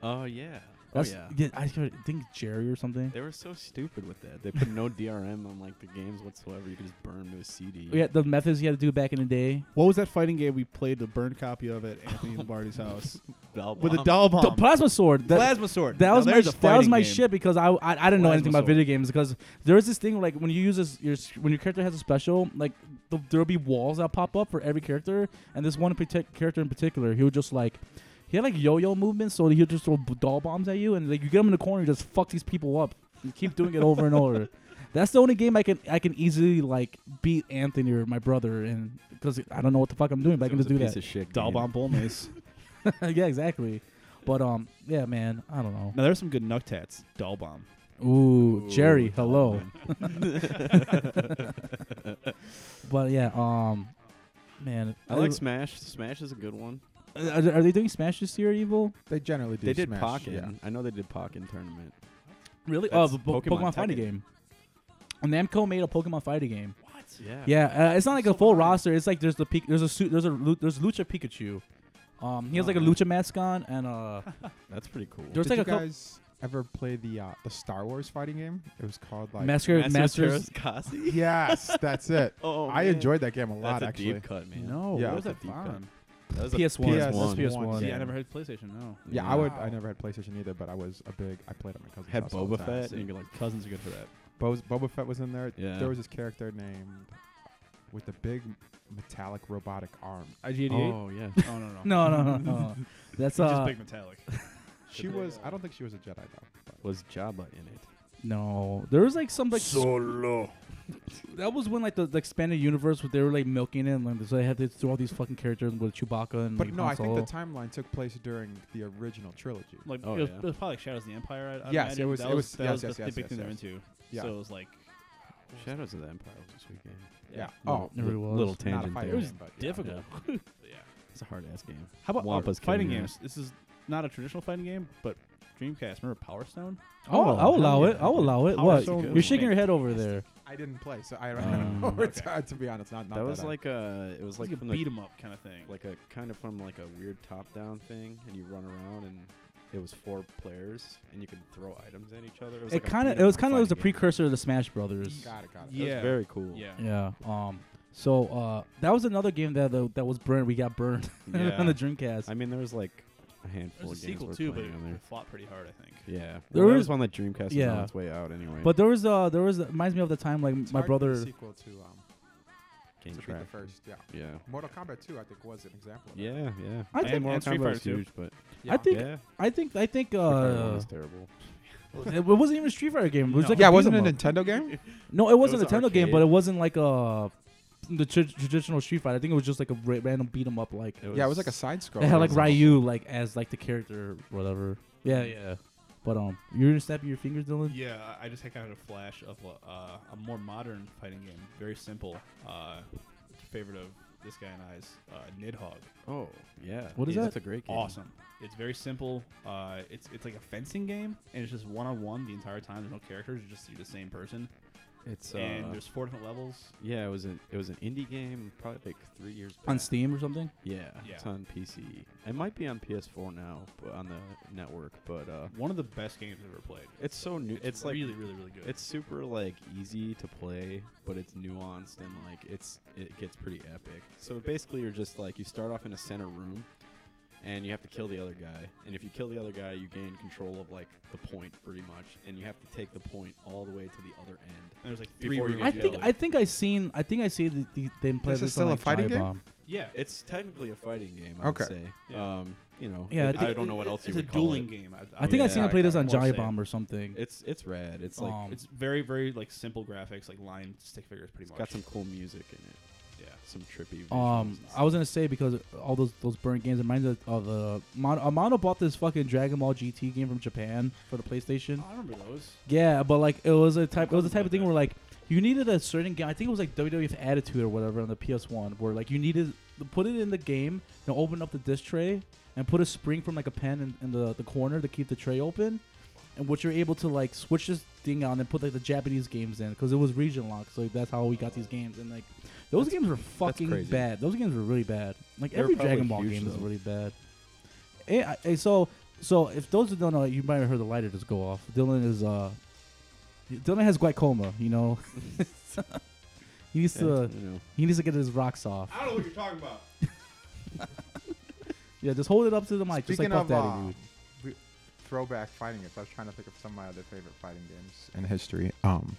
B: Oh yeah.
A: That's,
B: oh yeah.
A: I think Jerry or something.
B: They were so stupid with that. They put no DRM on like the games whatsoever. You could just burn them to a CD.
A: Oh, Yeah, the methods you had to do back in the day.
C: What was that fighting game we played the burned copy of at Anthony Lombardi's house
B: Bell
C: with a
B: bomb.
C: doll bomb?
A: The plasma sword. That,
C: plasma sword.
A: That
C: Now
A: was my
C: there's a
A: sh- that was
C: fighting
A: my
C: game.
A: shit because I I, I didn't know
C: Plasma
A: anything about
C: sword.
A: video games because there is this thing like when you use this your s- when your character has a special like th- there'll be walls that pop up for every character and this one partic- character in particular he would just like he had like yo-yo movements so he would just throw b- doll bombs at you and like you get him in the corner you just fuck these people up you keep doing it over and over. That's the only game I can I can easily like beat Anthony or my brother and because I don't know what the fuck I'm doing but I
B: It
A: can
B: was
A: just
B: a
A: do
B: piece
A: that.
B: Of shit
C: Doll
B: game.
C: bomb Bulmace.
A: yeah, exactly. But um, yeah, man, I don't know.
C: now there's some good nucktats. Doll bomb.
A: Ooh,
B: Ooh,
A: Jerry,
B: Doll
A: hello.
B: bomb.
A: But yeah, um, man,
B: I like Smash. Smash is a good one.
A: Are, are they doing Smash this year, Evil?
E: They generally do.
B: They did
E: Smash,
B: Pokken.
E: Yeah.
B: I know they did Pokken tournament.
A: Really?
B: That's
A: oh, the po-
B: Pokemon
A: Pokemon, fighting
B: Tekken.
A: game. Namco made a Pokemon fighting game.
B: What? Yeah.
A: Yeah, uh, it's not like a
B: So
A: full
B: why?
A: roster. It's like there's the peak, there's a suit, there's a Lu- there's Lucha Pikachu. Um, he has
B: Oh,
A: like a
B: man.
A: lucha mask on, and uh,
B: That's pretty cool.
A: There's
E: Did
A: like
E: you
A: a couple-
E: guys ever play the uh, the Star Wars fighting game? It was called like.
A: Master Masters.
B: Kasi.
E: yes, that's it.
B: Oh,
E: I
B: man.
E: enjoyed that game a
B: That's
E: lot
B: a
E: actually.
B: deep cut, man.
C: No,
E: Yeah.
C: what was
B: That's
C: that
B: a deep cut.
C: fun?
B: That was a
A: PS1.
E: PS1.
B: PS1.
E: PS1
A: Yeah.
C: See, I never heard PlayStation. No.
E: Yeah, I would.
A: Wow.
E: I never had PlayStation either, but I was a big. I played at my cousin's
B: Had
E: house all the
B: Boba
E: time,
B: Fett.
E: so-
B: And you're like,
C: Cousins are good for that.
B: Oh,
E: Bo's, Boba Fett was in there.
B: Yeah.
E: There was this character named with the big metallic robotic arm.
C: IG88.
B: oh yeah.
C: Oh no no.
A: No, no, no, no. That's
C: He's just
A: uh,
C: big metallic.
E: She was. I don't think she was a Jedi though. but-
B: Was Jabba in it?
A: no. There was like some like
C: Solo.
A: that was when like the, the expanded universe where they were like milking it, and like, so they had to throw all these fucking characters with Chewbacca and
E: But
A: like,
E: no,
A: Han
E: I think the
A: Solo.
E: timeline took place during the original trilogy.
C: Like
B: Oh,
C: it, was,
B: yeah.
C: it was probably like Shadows of the Empire. I, I
E: Yes, it
C: imagine.
E: was-
C: That
E: it
C: was,
E: was-
C: that
E: yes,
C: was
E: yes,
C: the
E: yes,
C: big
E: yes,
C: thing they're
E: yes.
C: into.
E: Yeah.
C: So it was like
B: Shadows of the Empire was this weekend.
E: Yeah.
B: Little-
E: Oh,
A: It really was.
B: Little
E: not a
B: tangent
E: fighting
B: there.
E: game, but yeah.
C: difficult. yeah.
B: It's a hard ass game.
C: How about
B: Wampa's
C: or
B: killing
C: fighting
B: your
C: games? This is not a traditional fighting game, but Dreamcast. Remember Power Stone?
A: Oh,
B: Oh,
A: I'll allow
B: hell
A: it.
B: yeah.
A: I'll allow it.
C: Power
A: What?
C: Stone
A: You're
C: was
A: shaking your head over there.
E: I didn't play, so I don't
A: Um,
E: know.
C: okay.
E: It's, uh, to be honest, not, not
B: That was
E: I-
B: like a. It was like
C: like a
B: from the
C: beat 'em up kind of thing.
B: like a kind of from like a weird top down thing, and you run around, and it was four players, and you could throw items at each other. It, was
A: It
B: like a
A: kind of
B: beat
A: it
B: 'em
A: was
B: up
A: kind of was a
B: fighting game.
A: precursor to the Smash Brothers.
E: Got it, got it.
B: It was
C: Yeah.
B: very cool.
C: yeah.
A: Yeah. Um. So uh, that was another game that uh, that was burned. We got burned on the Dreamcast.
B: I mean, there was like a handful
C: There's a
B: of games
C: sequel
B: we're
C: too, but
B: playing
C: it,
B: on there.
C: it flopped pretty hard, I think.
B: Yeah,
A: There
B: well, there
A: is-
B: was one that Dreamcast was on
A: yeah.
B: its way out anyway.
A: but there was uh there was reminds me of the time like my brother.
E: sequel to um
B: Game
E: to beat the
B: Track.
E: first, yeah.
B: Yeah.
E: Mortal Kombat 2, I think, was an example. Of
B: Yeah, yeah.
A: I think
C: And
B: Mortal
C: Mortal Street
B: Kombat
C: Fighter
B: was
C: 2.
B: huge, but
A: I think
B: yeah,
A: I think I think
B: Street Fighter one
A: uh
B: was terrible.
A: it it wasn't even a Street Fighter game. It was
C: No.
A: like
E: yeah,
A: a
E: wasn't it
A: beat 'em
E: a
A: up.
E: Nintendo game?
A: No, it wasn't
B: was
A: a Nintendo game,
B: arcade.
A: but it wasn't like uh the tr- traditional Street Fighter. I think it was just like a ra- random beat 'em up like.
E: yeah, it was like a side scroll.
A: They had like Ryu like as like the character or whatever. Yeah, yeah. But um, you're gonna snap your fingers, Dylan.
C: Yeah, I I just had kind of a flash of a, uh, a more modern fighting game, very simple. Uh, favorite of this guy and I's uh, Nidhogg.
B: Oh, yeah.
A: What is
B: yeah,
A: that?
B: That's a great game.
C: Awesome. It's very simple. Uh, it's it's like a fencing game, and it's just one on one the entire time. There's no characters. You're just you're the same person.
B: It's
D: and
B: uh,
D: there's four different levels.
B: yeah, it was an it was an indie game, probably like three years back.
A: on Steam or something.
B: Yeah,
D: Yeah.
B: it's on PC. It might be on PS4 now, but on the network. But uh,
D: One of the best games I've ever played.
B: it's so new. It's, like
D: really, really, really good.
B: it's super like easy to play, but it's nuanced and like it's it gets pretty epic. So basically, you're just like you start off in a center room, and you have to kill the other guy. And if you kill the other guy, you gain control of like the point pretty much, and you have to take the point all the way to the other end.
D: And there's like three
B: Before
D: more
B: you
D: you
A: I
B: get
D: can
A: think
D: kill.
A: I think I seen I think I see the, the, them play
C: This
A: this.
C: is still
A: on,
C: a
A: like,
C: fighting
A: Dry
C: game?
A: Bomb.
D: yeah,
B: It's technically a fighting game. I
C: Okay.
B: would say.
D: Yeah.
B: Um, you know.
A: Yeah, I
B: it- I,
A: think
B: don't know what else
D: it's
B: you
D: a
B: would call
D: dueling
B: it. Mm.
D: game.
A: I think I seen
B: Yeah,
A: him play this on
D: wanna say
A: Jai
D: it.
A: Bomb or something.
B: It's it's rad. It's like
A: Um,
D: It's very, very like simple graphics, like line stick figures,
B: It's
D: pretty much.
B: got some cool music in it.
D: yeah.
B: Some trippy. Visuals
A: Um,
B: and
A: I was gonna say because all those those burnt games reminds me of uh, the Amano, Amano bought this fucking Dragon Ball GT game from Japan for the PlayStation.
D: I remember those.
A: Yeah, but like it was a type it was a
D: Something
A: type
D: like
A: of thing
D: that.
A: where like you needed a certain game. I think it was like WWF Attitude or whatever on the PS1, where like you needed to put it in the game and open up the disc tray and put a spring from like a pen in, in the the corner to keep the tray open. And what you're able to like switch this thing on and put like the Japanese games in because it was region locked, so that's how we got these games. And like those games were fucking
B: crazy.
A: bad. Those games were really bad. Like
B: They were
A: every
B: probably
A: Dragon Ball
B: huge,
A: game is
B: though.
A: really bad. Eh, I- eh, so so if those who don't know, you might have heard the lighter just go off. Dylan is uh, Dylan has glaucoma. You know, he needs
B: stuff.
A: to
B: Yeah, you know.
A: he needs to get his rocks off.
D: I don't know what you're talking about.
A: Yeah, just hold it up to the mic,
F: Speaking
A: just like Puff
F: of
A: Daddy.
F: uh,
A: dude.
F: re- throwback fighting games, I was trying to think of some of my other favorite fighting games.
C: in history. Um,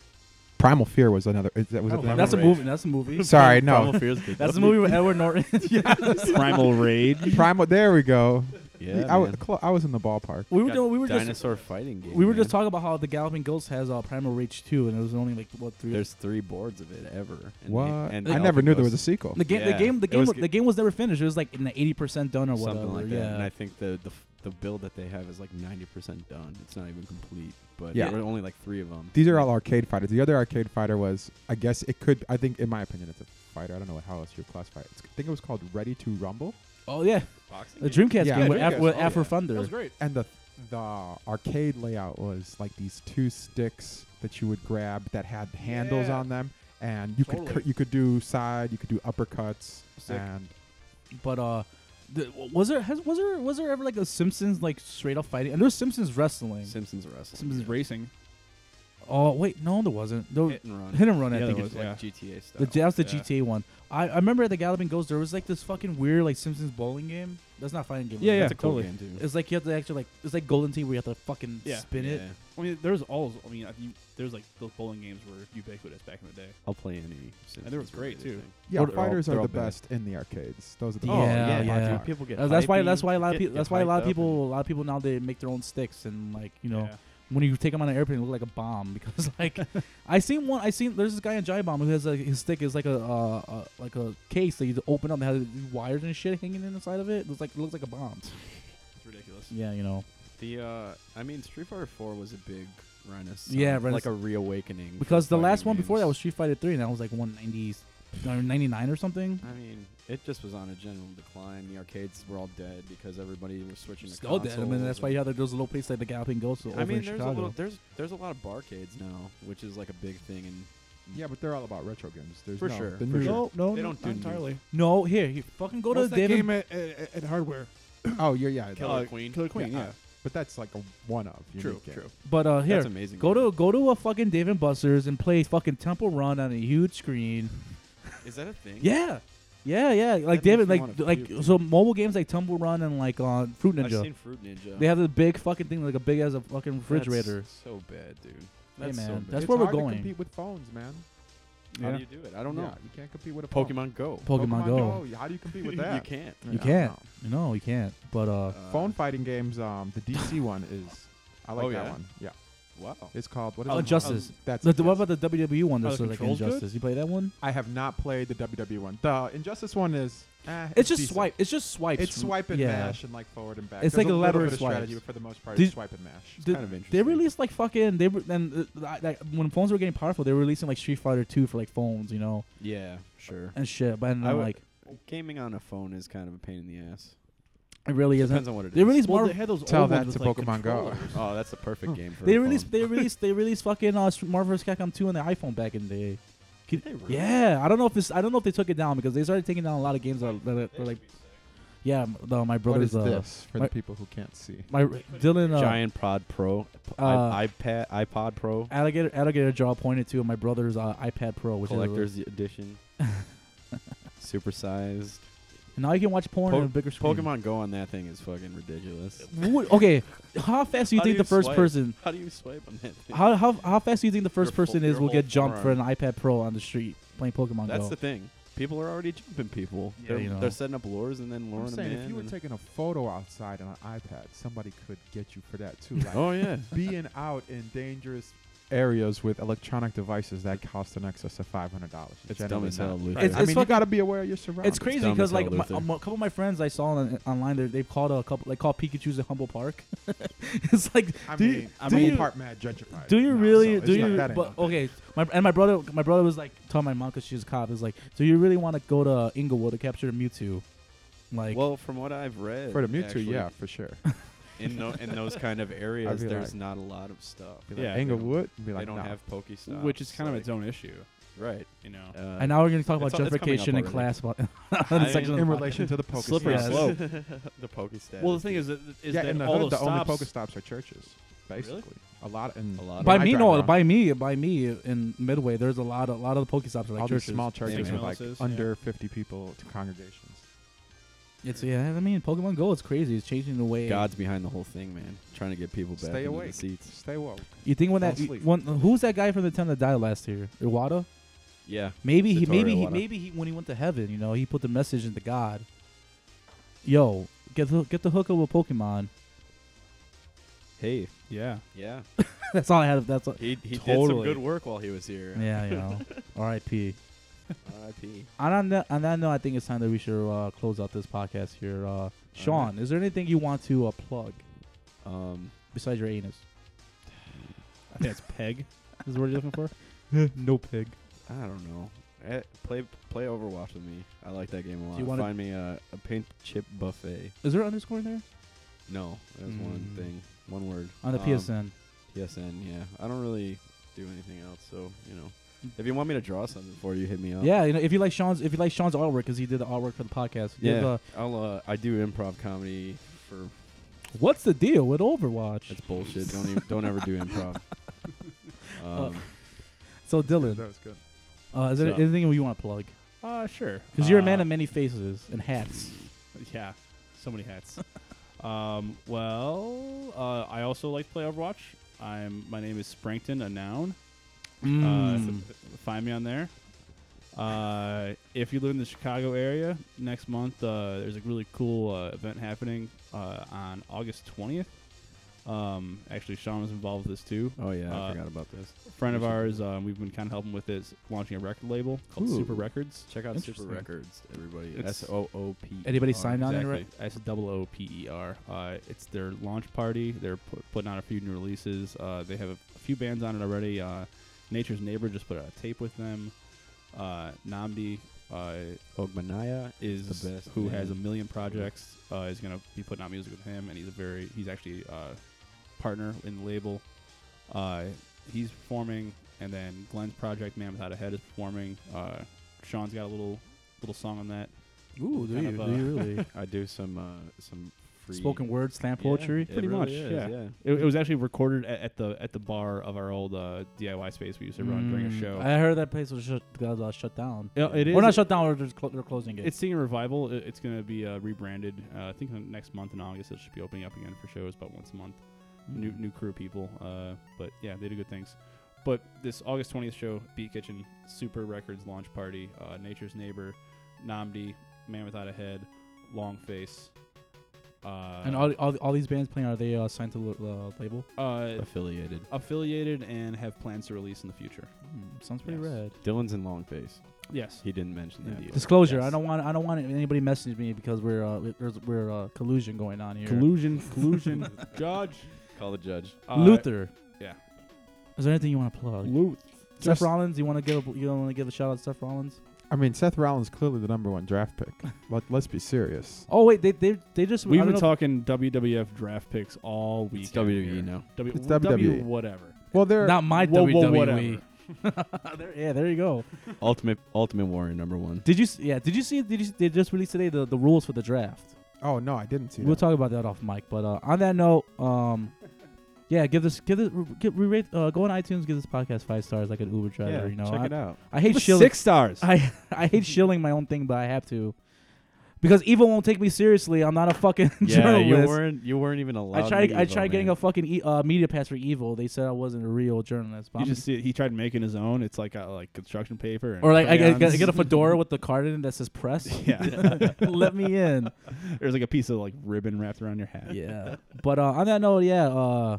C: Primal Fear was another. Is that, was
D: Oh,
C: it another
A: That's a
C: one?
D: Rage.
A: movie. That's a movie.
C: Sorry, no.
B: Primal Fear's good.
A: That's a movie with Edward Norton. yeah,
B: Primal Rage.
C: Primal. There we go.
B: Yeah,
C: I, was,
B: man.
C: clo- I was in the ballpark.
A: we were
B: Got
A: doing, we were just
B: dinosaur fighting game.
A: we were just
B: man.
A: talking about how the Galloping Ghost has uh, Primal Rage two, and it was only like what three.
B: There's three boards of it ever. And
C: What?
B: and
C: I
B: Alpha
C: never knew there
B: Ghost-
C: was a sequel.
A: the game, the
B: yeah,
A: game, the
B: it
A: game,
B: was
A: was,
B: g-
A: the game was never finished. It was like in the eighty percent done or whatever.
B: something like that.
A: yeah.
B: And I think the the, f- the build that they have is like 90% done. It's not even complete. But
C: Yeah.
B: there were only like three of them.
C: These are all arcade fighters. The other arcade fighter was, I guess it could. I think, in my opinion, it's a fighter. I don't know how else you would classify it. It's, I think it was called Ready to Rumble.
A: oh yeah,
D: Boxing.
A: the
D: game.
A: Dreamcast
C: Yeah,
A: game with,
D: Dreamcast.
A: Af- with
D: Oh,
A: Afro
D: yeah.
A: Thunder.
D: That was great.
C: and the the arcade layout was like these two sticks that you would grab that had handles
D: Yeah.
C: on them, and you could
D: Totally.
C: could you could do side, you could do uppercuts,
D: Sick.
C: and
A: But uh, the, was there has, was there was there ever like a Simpsons like straight up fighting? And there's Simpsons wrestling.
B: Simpsons Wrestling.
D: Simpsons
B: yeah.
D: racing.
A: oh wait, no, there wasn't. There,
B: Hit and run.
A: hit and run.
D: Yeah,
A: I think
D: there
A: it
D: was,
A: was.
B: Like GTA stuff.
A: The, that was the
D: Yeah.
A: GTA one. I, I remember at the Galloping Ghost, there was like this fucking weird like Simpsons bowling game. That's not a fighting game. right?
D: Yeah,
B: That's a cool
D: totally.
B: game, too.
A: It's like you have to actually like it's like Golden Tee where you have to fucking
D: Yeah.
A: spin it.
B: Yeah.
D: I mean, there's all. I mean, I- you, there's like those bowling games were ubiquitous back in the day.
B: I'll play any. Simpsons
D: there was great,
B: related
D: too.
B: thing.
C: yeah,
B: They're all-
C: fighters
B: they're
C: are
B: all
C: the
B: bad.
C: best in the arcades. Those are the
A: Yeah,
D: Oh,
C: best
A: yeah,
C: by
A: yeah.
C: far.
B: People get.
A: That's, that's why.
B: hypey,
A: That's why a lot of
B: get-
A: people.
B: get
A: That's why a
B: hyped
A: lot of
B: up and-
A: people. A lot of people now they make their own sticks and like you know
D: Yeah.
A: when you take them on an airplane, it look like a bomb because like I seen one. I seen there's this guy in Jai Bomb who has like his stick is like a, uh, uh like a case that you open up that has these wires and shit hanging in the side of it. It looks like it looks like a bomb.
D: it's ridiculous.
A: Yeah, you know
B: The uh, I mean, Street Fighter Four was a big renaissance.
A: Yeah,
B: like
A: renaissance-
B: a reawakening. for
A: because the
B: fighting
A: last one before that was
B: games.
A: Street Fighter Three and that was like 190, or 99 or something.
B: I mean, it just was on a general decline. The arcades were all dead because everybody was switching to
A: Still dead. I mean,
B: consoles
A: that's why
B: and-
A: you have those little places like the Galloping Ghost over
B: I mean,
A: in
B: there's
A: Chicago.
B: a little, there's there's a lot of barcades now, which is like a big thing. And
C: Yeah, but they're all about retro games. There's
B: For
C: no,
B: sure,
C: The
B: for
C: new
B: sure.
A: no, no,
B: They
A: no,
B: don't do entirely.
A: no. Here, here, fucking go
D: What's
A: to
D: that
A: David.
D: game at, at, at hardware?
C: Oh, yeah, yeah.
B: Killer
D: Uh,
B: Queen.
D: Killer Queen.
C: Yeah,
D: Yeah.
C: uh, But that's like a one of.
D: True.
C: unique game.
D: True.
A: But uh, here,
B: That's amazing.
A: Go to go to a fucking Dave and Buster's and play fucking Temple Run on a huge screen.
B: Is that a thing?
A: Yeah, yeah, yeah. Like
B: That makes
A: David,
B: me
A: like
B: wanna
A: like
B: puke.
A: so mobile games like Temple Run and like uh, Fruit
B: I've
A: Ninja.
B: seen Fruit Ninja.
A: They have this big fucking thing like a big as a fucking
B: That's
A: refrigerator.
B: so bad, dude.
A: Hey,
B: That's so
A: man,
B: bad.
A: that's
C: It's
A: where we're
C: hard to
A: going.
C: compete with phones, man.
B: How
A: Yeah.
B: do you do it? I don't know.
C: Yeah, you can't compete with a phone.
B: Pokemon Go.
A: Pokemon, Go.
C: Go. How do you compete with
B: you
C: that?
B: can't.
A: You
C: Yeah,
A: can't.
C: no.
A: No, you can't. But uh,
B: Uh,
C: Phone fighting games. Um, the DC one is. I like
B: Oh,
C: that
B: yeah?
C: one. Yeah,
B: Wow.
C: it's called what is
A: Oh,
C: it?
A: Injustice.
C: That's
A: the,
C: it,
A: the- what
C: yes.
A: about the WWE one? That's
D: the
A: like
D: controls good?
A: Injustice. You play that one?
C: I have not played the WWE one. The Injustice one is. eh,
A: It's just
C: decent.
A: swipe. It's just swipes.
C: It's swipe and
A: yeah.
C: mash and like forward and back.
A: It's like
C: There's a little
A: elaborate
C: bit of strategy,
A: swipes.
C: but for the most part,
A: Did-
C: it's swipe and mash.
A: Did-
B: kind of interesting.
A: They released like fucking they re- and uh, I- like, when phones were getting powerful, they were releasing like Street Fighter Two for like phones, you know,
B: Yeah, sure.
A: and shit. But and
B: I
A: I'm
B: would-
A: like,
B: Gaming on a phone is kind of a pain in the ass.
A: It really
B: Depends
A: isn't.
B: on what it is.
A: They released
C: Well,
A: more.
C: they had those
E: Tell
C: old
E: that
C: ones
E: to
C: with,
E: Pokemon
C: like,
E: Go.
C: controllers.
B: oh, that's a perfect game for.
A: They
B: a
A: released.
B: phone.
A: They released. They released fucking uh, Street- Marvel vs. Capcom 2 on the iPhone back in the day.
B: Did they really?
A: Yeah, I don't know if it's. I don't know if they took it down because they started taking down a lot of games that, that, that were like. Yeah, m- no, my
E: What
A: brother's.
E: is
A: uh,
E: this for
A: my-
E: the people who can't see?
A: My Dylan. Uh,
B: Giant Prod Pro,
A: Uh,
B: I, iPad, iPod Pro,
A: Alligator, alligator jaw pointed to my brother's uh, iPad Pro, which is
B: collector's edition, supersized.
A: a, now you can watch porn
B: Po-
A: on a bigger screen.
B: Pokemon Go on that thing is fucking ridiculous.
A: What- okay, how fast do you
B: How do
A: think the
B: you
A: first
B: swipe?
A: person?
B: How do you swipe on that thing?
A: How, how how fast do you think the first
B: Your full-
A: person is
B: your
A: will
B: whole
A: get jumped for an
B: forearm.
A: iPad Pro on the street playing Pokemon
B: That's
A: Go?
B: the thing. People are already jumping people.
A: Yeah,
B: they're,
A: you know.
B: they're setting up lures and then luring
E: I'm saying
B: them in.
E: if you were
B: and-
E: taking a photo outside on an iPad, somebody could get you for that too. Like
B: oh yeah,
E: being out in dangerous areas with electronic devices that cost in excess of five hundred dollars.
B: it's dumb as hell, Luther.
A: It's-
E: I
A: it's
E: mean, you
A: fucking-
E: gotta be aware of your surroundings.
A: it's crazy
B: dumb
A: because
B: as hell,
A: like my,
B: Luther.
A: um, a couple of my friends I saw on, online, they- they've called a couple, like called Pikachu's at Humble Park. it's like,
E: I
A: do
E: mean,
A: you,
E: I
A: do
E: mean,
A: you-
E: part mad gentrified.
A: Do you
E: now,
A: really?
E: so it's
A: do
E: not-
A: you?
E: that ain't
A: But
E: no thing.
A: okay, my and my brother, my brother was like telling my mom because she's a cop. Is like, do you really want to go to Inglewood to capture Mewtwo? Like,
B: well, from what I've read,
A: oh,
E: For the Mewtwo,
B: actually,
E: yeah, for sure.
B: in tho- in those kind of areas,
E: be
B: there's
E: like-
B: not a lot of stuff.
E: Be
C: Yeah,
E: like, Englewood, be
B: They
E: like,
B: don't
E: nah.
B: have Pokestops,
C: which is kind of
B: like-
C: its own issue,
B: right.
C: you know.
B: Uh,
A: and now we're gonna talk about
B: it's- it's coming up
A: gentrification and
B: already.
A: class. bo-
B: I
A: section
B: mean,
A: of
E: in
A: the
E: relation to the Pokestops.
B: slippery
A: Yes.
B: slope. the Pokestat.
C: well, the thing is that is
E: yeah,
C: that
E: in the
C: all
E: hood,
C: those
E: the only
C: stops,
E: Pokestops are churches, basically. A lot in
B: A lot of-
A: by
E: when I
A: me,
E: drive
A: no,
E: around,
A: by me, by me in Midway, there's a lot, a lot of the Pokestops are like
E: all these
A: churches.
E: small churches
B: Yeah,
E: with like
C: Millis's, yeah.
E: under 50 people to congregations.
A: It's yeah, I mean, Pokemon Go is crazy. It's changing the way.
B: God's behind the whole thing, man. Trying to get people back
E: Stay
B: into the
E: awake.
B: seats.
E: Stay woke.
A: You think when
E: Don't
A: that you-
E: sleep.
A: when who's that guy from the town that died last year? Iwata?
B: Yeah,
A: Maybe he,
B: Satoru
A: maybe he,
B: Iwata.
A: maybe he, when he went to heaven, you know, he put the message into God. Yo, get the, get the hook up with Pokemon.
B: Hey,
C: yeah.
B: yeah.
A: That's all I had. That's all.
B: He he did some
A: Totally.
B: good work while he was here.
A: Yeah, you know. R.I.P.
B: R.I.P.
A: And on that, on that note, I think it's time that we should uh, close out this podcast here. Uh, Sean, is there anything you want to uh, plug
B: Um,
A: besides your anus?
C: I think that's Peg.
A: Is what you're looking for? no pig.
B: I don't know. Eh, Play play Overwatch with me. I like that game a lot.
A: you wanna-
B: find me a, a paint chip buffet?
A: Is there an underscore in there
B: No, that's one
A: Mm.
B: thing, one word
A: on the
B: Um,
A: PSN?
B: PSN, yeah. I don't really do anything else, so you know, if you want me to draw something for you, hit me up.
A: Mm. Yeah, you know, if you like Sean's, if you like Sean's artwork, because he did the artwork for the podcast. give,
B: yeah.
A: uh,
B: I'll uh, I do improv comedy for
A: what's the deal with Overwatch?
B: that's bullshit. don't even, don't ever do improv.
A: Oh.
B: Um,
A: so
E: Yeah,
A: Dylan,
E: that was good.
A: uh, is there
B: So-
A: anything you want to plug?
C: Uh, sure.
A: Because you're a
C: Uh,
A: man of many faces and hats.
C: Yeah, so many hats. um, well, uh, I also like to play Overwatch. I'm my name is Sprankton, a noun.
A: Mm.
C: Uh, find me on there. Uh, if you live in the Chicago area, next month uh, there's a really cool uh, event happening uh, on August 20th. Um, actually, Sean was involved with this too.
B: oh yeah, I
C: uh,
B: forgot about this.
C: A friend of
B: Appreciate
C: ours, um, we've been kind of helping with this, launching a record label called
B: Ooh.
C: Super Records.
B: Check out Super
A: interesting.
B: Records, everybody.
C: It's-
B: S O O P.
A: Anybody
C: Uh,
A: signed on it?
C: exactly. That's double O P E R. Uh, it's their launch party. They're pu- putting on a few new releases. Uh, they have a, a few bands on it already. Uh, Nature's Neighbor just put out a tape with them. Uh, Namdi uh,
B: Ogmanaya
C: is
B: the best
C: who
B: man.
C: has a million projects. Uh, is gonna be putting out music with him, and he's a very he's actually uh, partner in the label. Uh, he's performing, and then Glenn's project Man Without a Head is performing. Uh, Sean's got a little little song on that.
A: Ooh, do
C: kind
A: you,
C: of,
A: do
C: uh,
A: you really?
B: I do some uh, some free
A: Spoken word, slam
B: Yeah,
A: poetry.
B: it
C: Pretty
B: really
C: much,
B: is,
C: yeah. It, it was actually recorded at, at the at the bar of our old uh, DIY space we used to run during a
A: Mm.
C: show.
A: I heard that place was shut, got uh, shut down.
C: Yeah, it is.
A: We're not shut down. We're just clo- they're closing it.
C: It's seeing a revival. It- It's going to be uh, rebranded. Uh, I think the next month in August it should be opening up again for shows about once a month. New new crew of people. Uh, but yeah, they do good things. But this August twentieth show, Beat Kitchen, Super Records launch party, uh, Nature's Neighbor, Namdi, Man Without a Head, Long Face. Uh,
A: and all, all all these bands playing are they uh, signed to the uh, label?
C: uh,
B: affiliated.
C: affiliated and have plans to release in the future.
A: Mm, sounds pretty
C: Yes.
A: rad.
B: Dylan's in long face.
C: Yes.
B: He didn't mention that. either.
A: Disclosure: I
C: Yes.
A: don't want I don't want anybody messaging me because we're uh, we- there's we're uh, collusion going on here.
C: Collusion, collusion, judge.
B: Call the judge.
C: Uh,
A: Luther.
C: yeah.
A: Is there anything you want to plug?
C: Luth.
A: Seth Rollins, you want to give a, you want to give a shout out to Seth Rollins?
E: I mean, Seth Rollins clearly the number one draft pick. Let, let's be serious.
A: Oh wait, they they they just I
C: We've
A: don't
C: been
A: know
C: talking WWF draft picks all week.
B: It's E WWE now.
C: W-
E: It's
C: W
E: WWE.
C: whatever.
E: Well,
A: if-
E: they're
A: not my
C: Whoa, whoa,
A: WWE. There- yeah, there you go.
B: Ultimate Ultimate Warrior number one.
A: Did you s- yeah? Did you see? Did you? s- They just released today the, the rules for the draft.
E: Oh no, I didn't see
A: We'll
E: that.
A: talk about that off mic. But uh, on that note, um, yeah, give this give this give, we rate uh, go on iTunes, give this podcast five stars like an Uber driver. you know,
B: check
A: I,
B: it out.
A: I hate shilling.
B: Six stars.
A: I I hate shilling my own thing, but I have to because evil won't take me seriously. I'm not a fucking
B: yeah, you
A: journalist.
B: weren't you weren't even allowed.
A: I tried
B: in
A: I
B: Evo,
A: tried getting
B: man.
A: a fucking e- uh, media pass for evil. They said I wasn't a real journalist. But
C: You
A: I'm
C: just see it. he tried making his own. It's like uh like construction paper. And
A: or like I, I,
C: crayons.
A: I get a fedora with the card in it that says press.
C: yeah.
A: Let me in.
C: There's like a piece of like ribbon wrapped around your hat.
A: Yeah. But uh, on that note, yeah. Uh,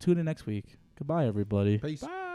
A: tune in next week. Goodbye, everybody.
E: Peace.
C: Bye.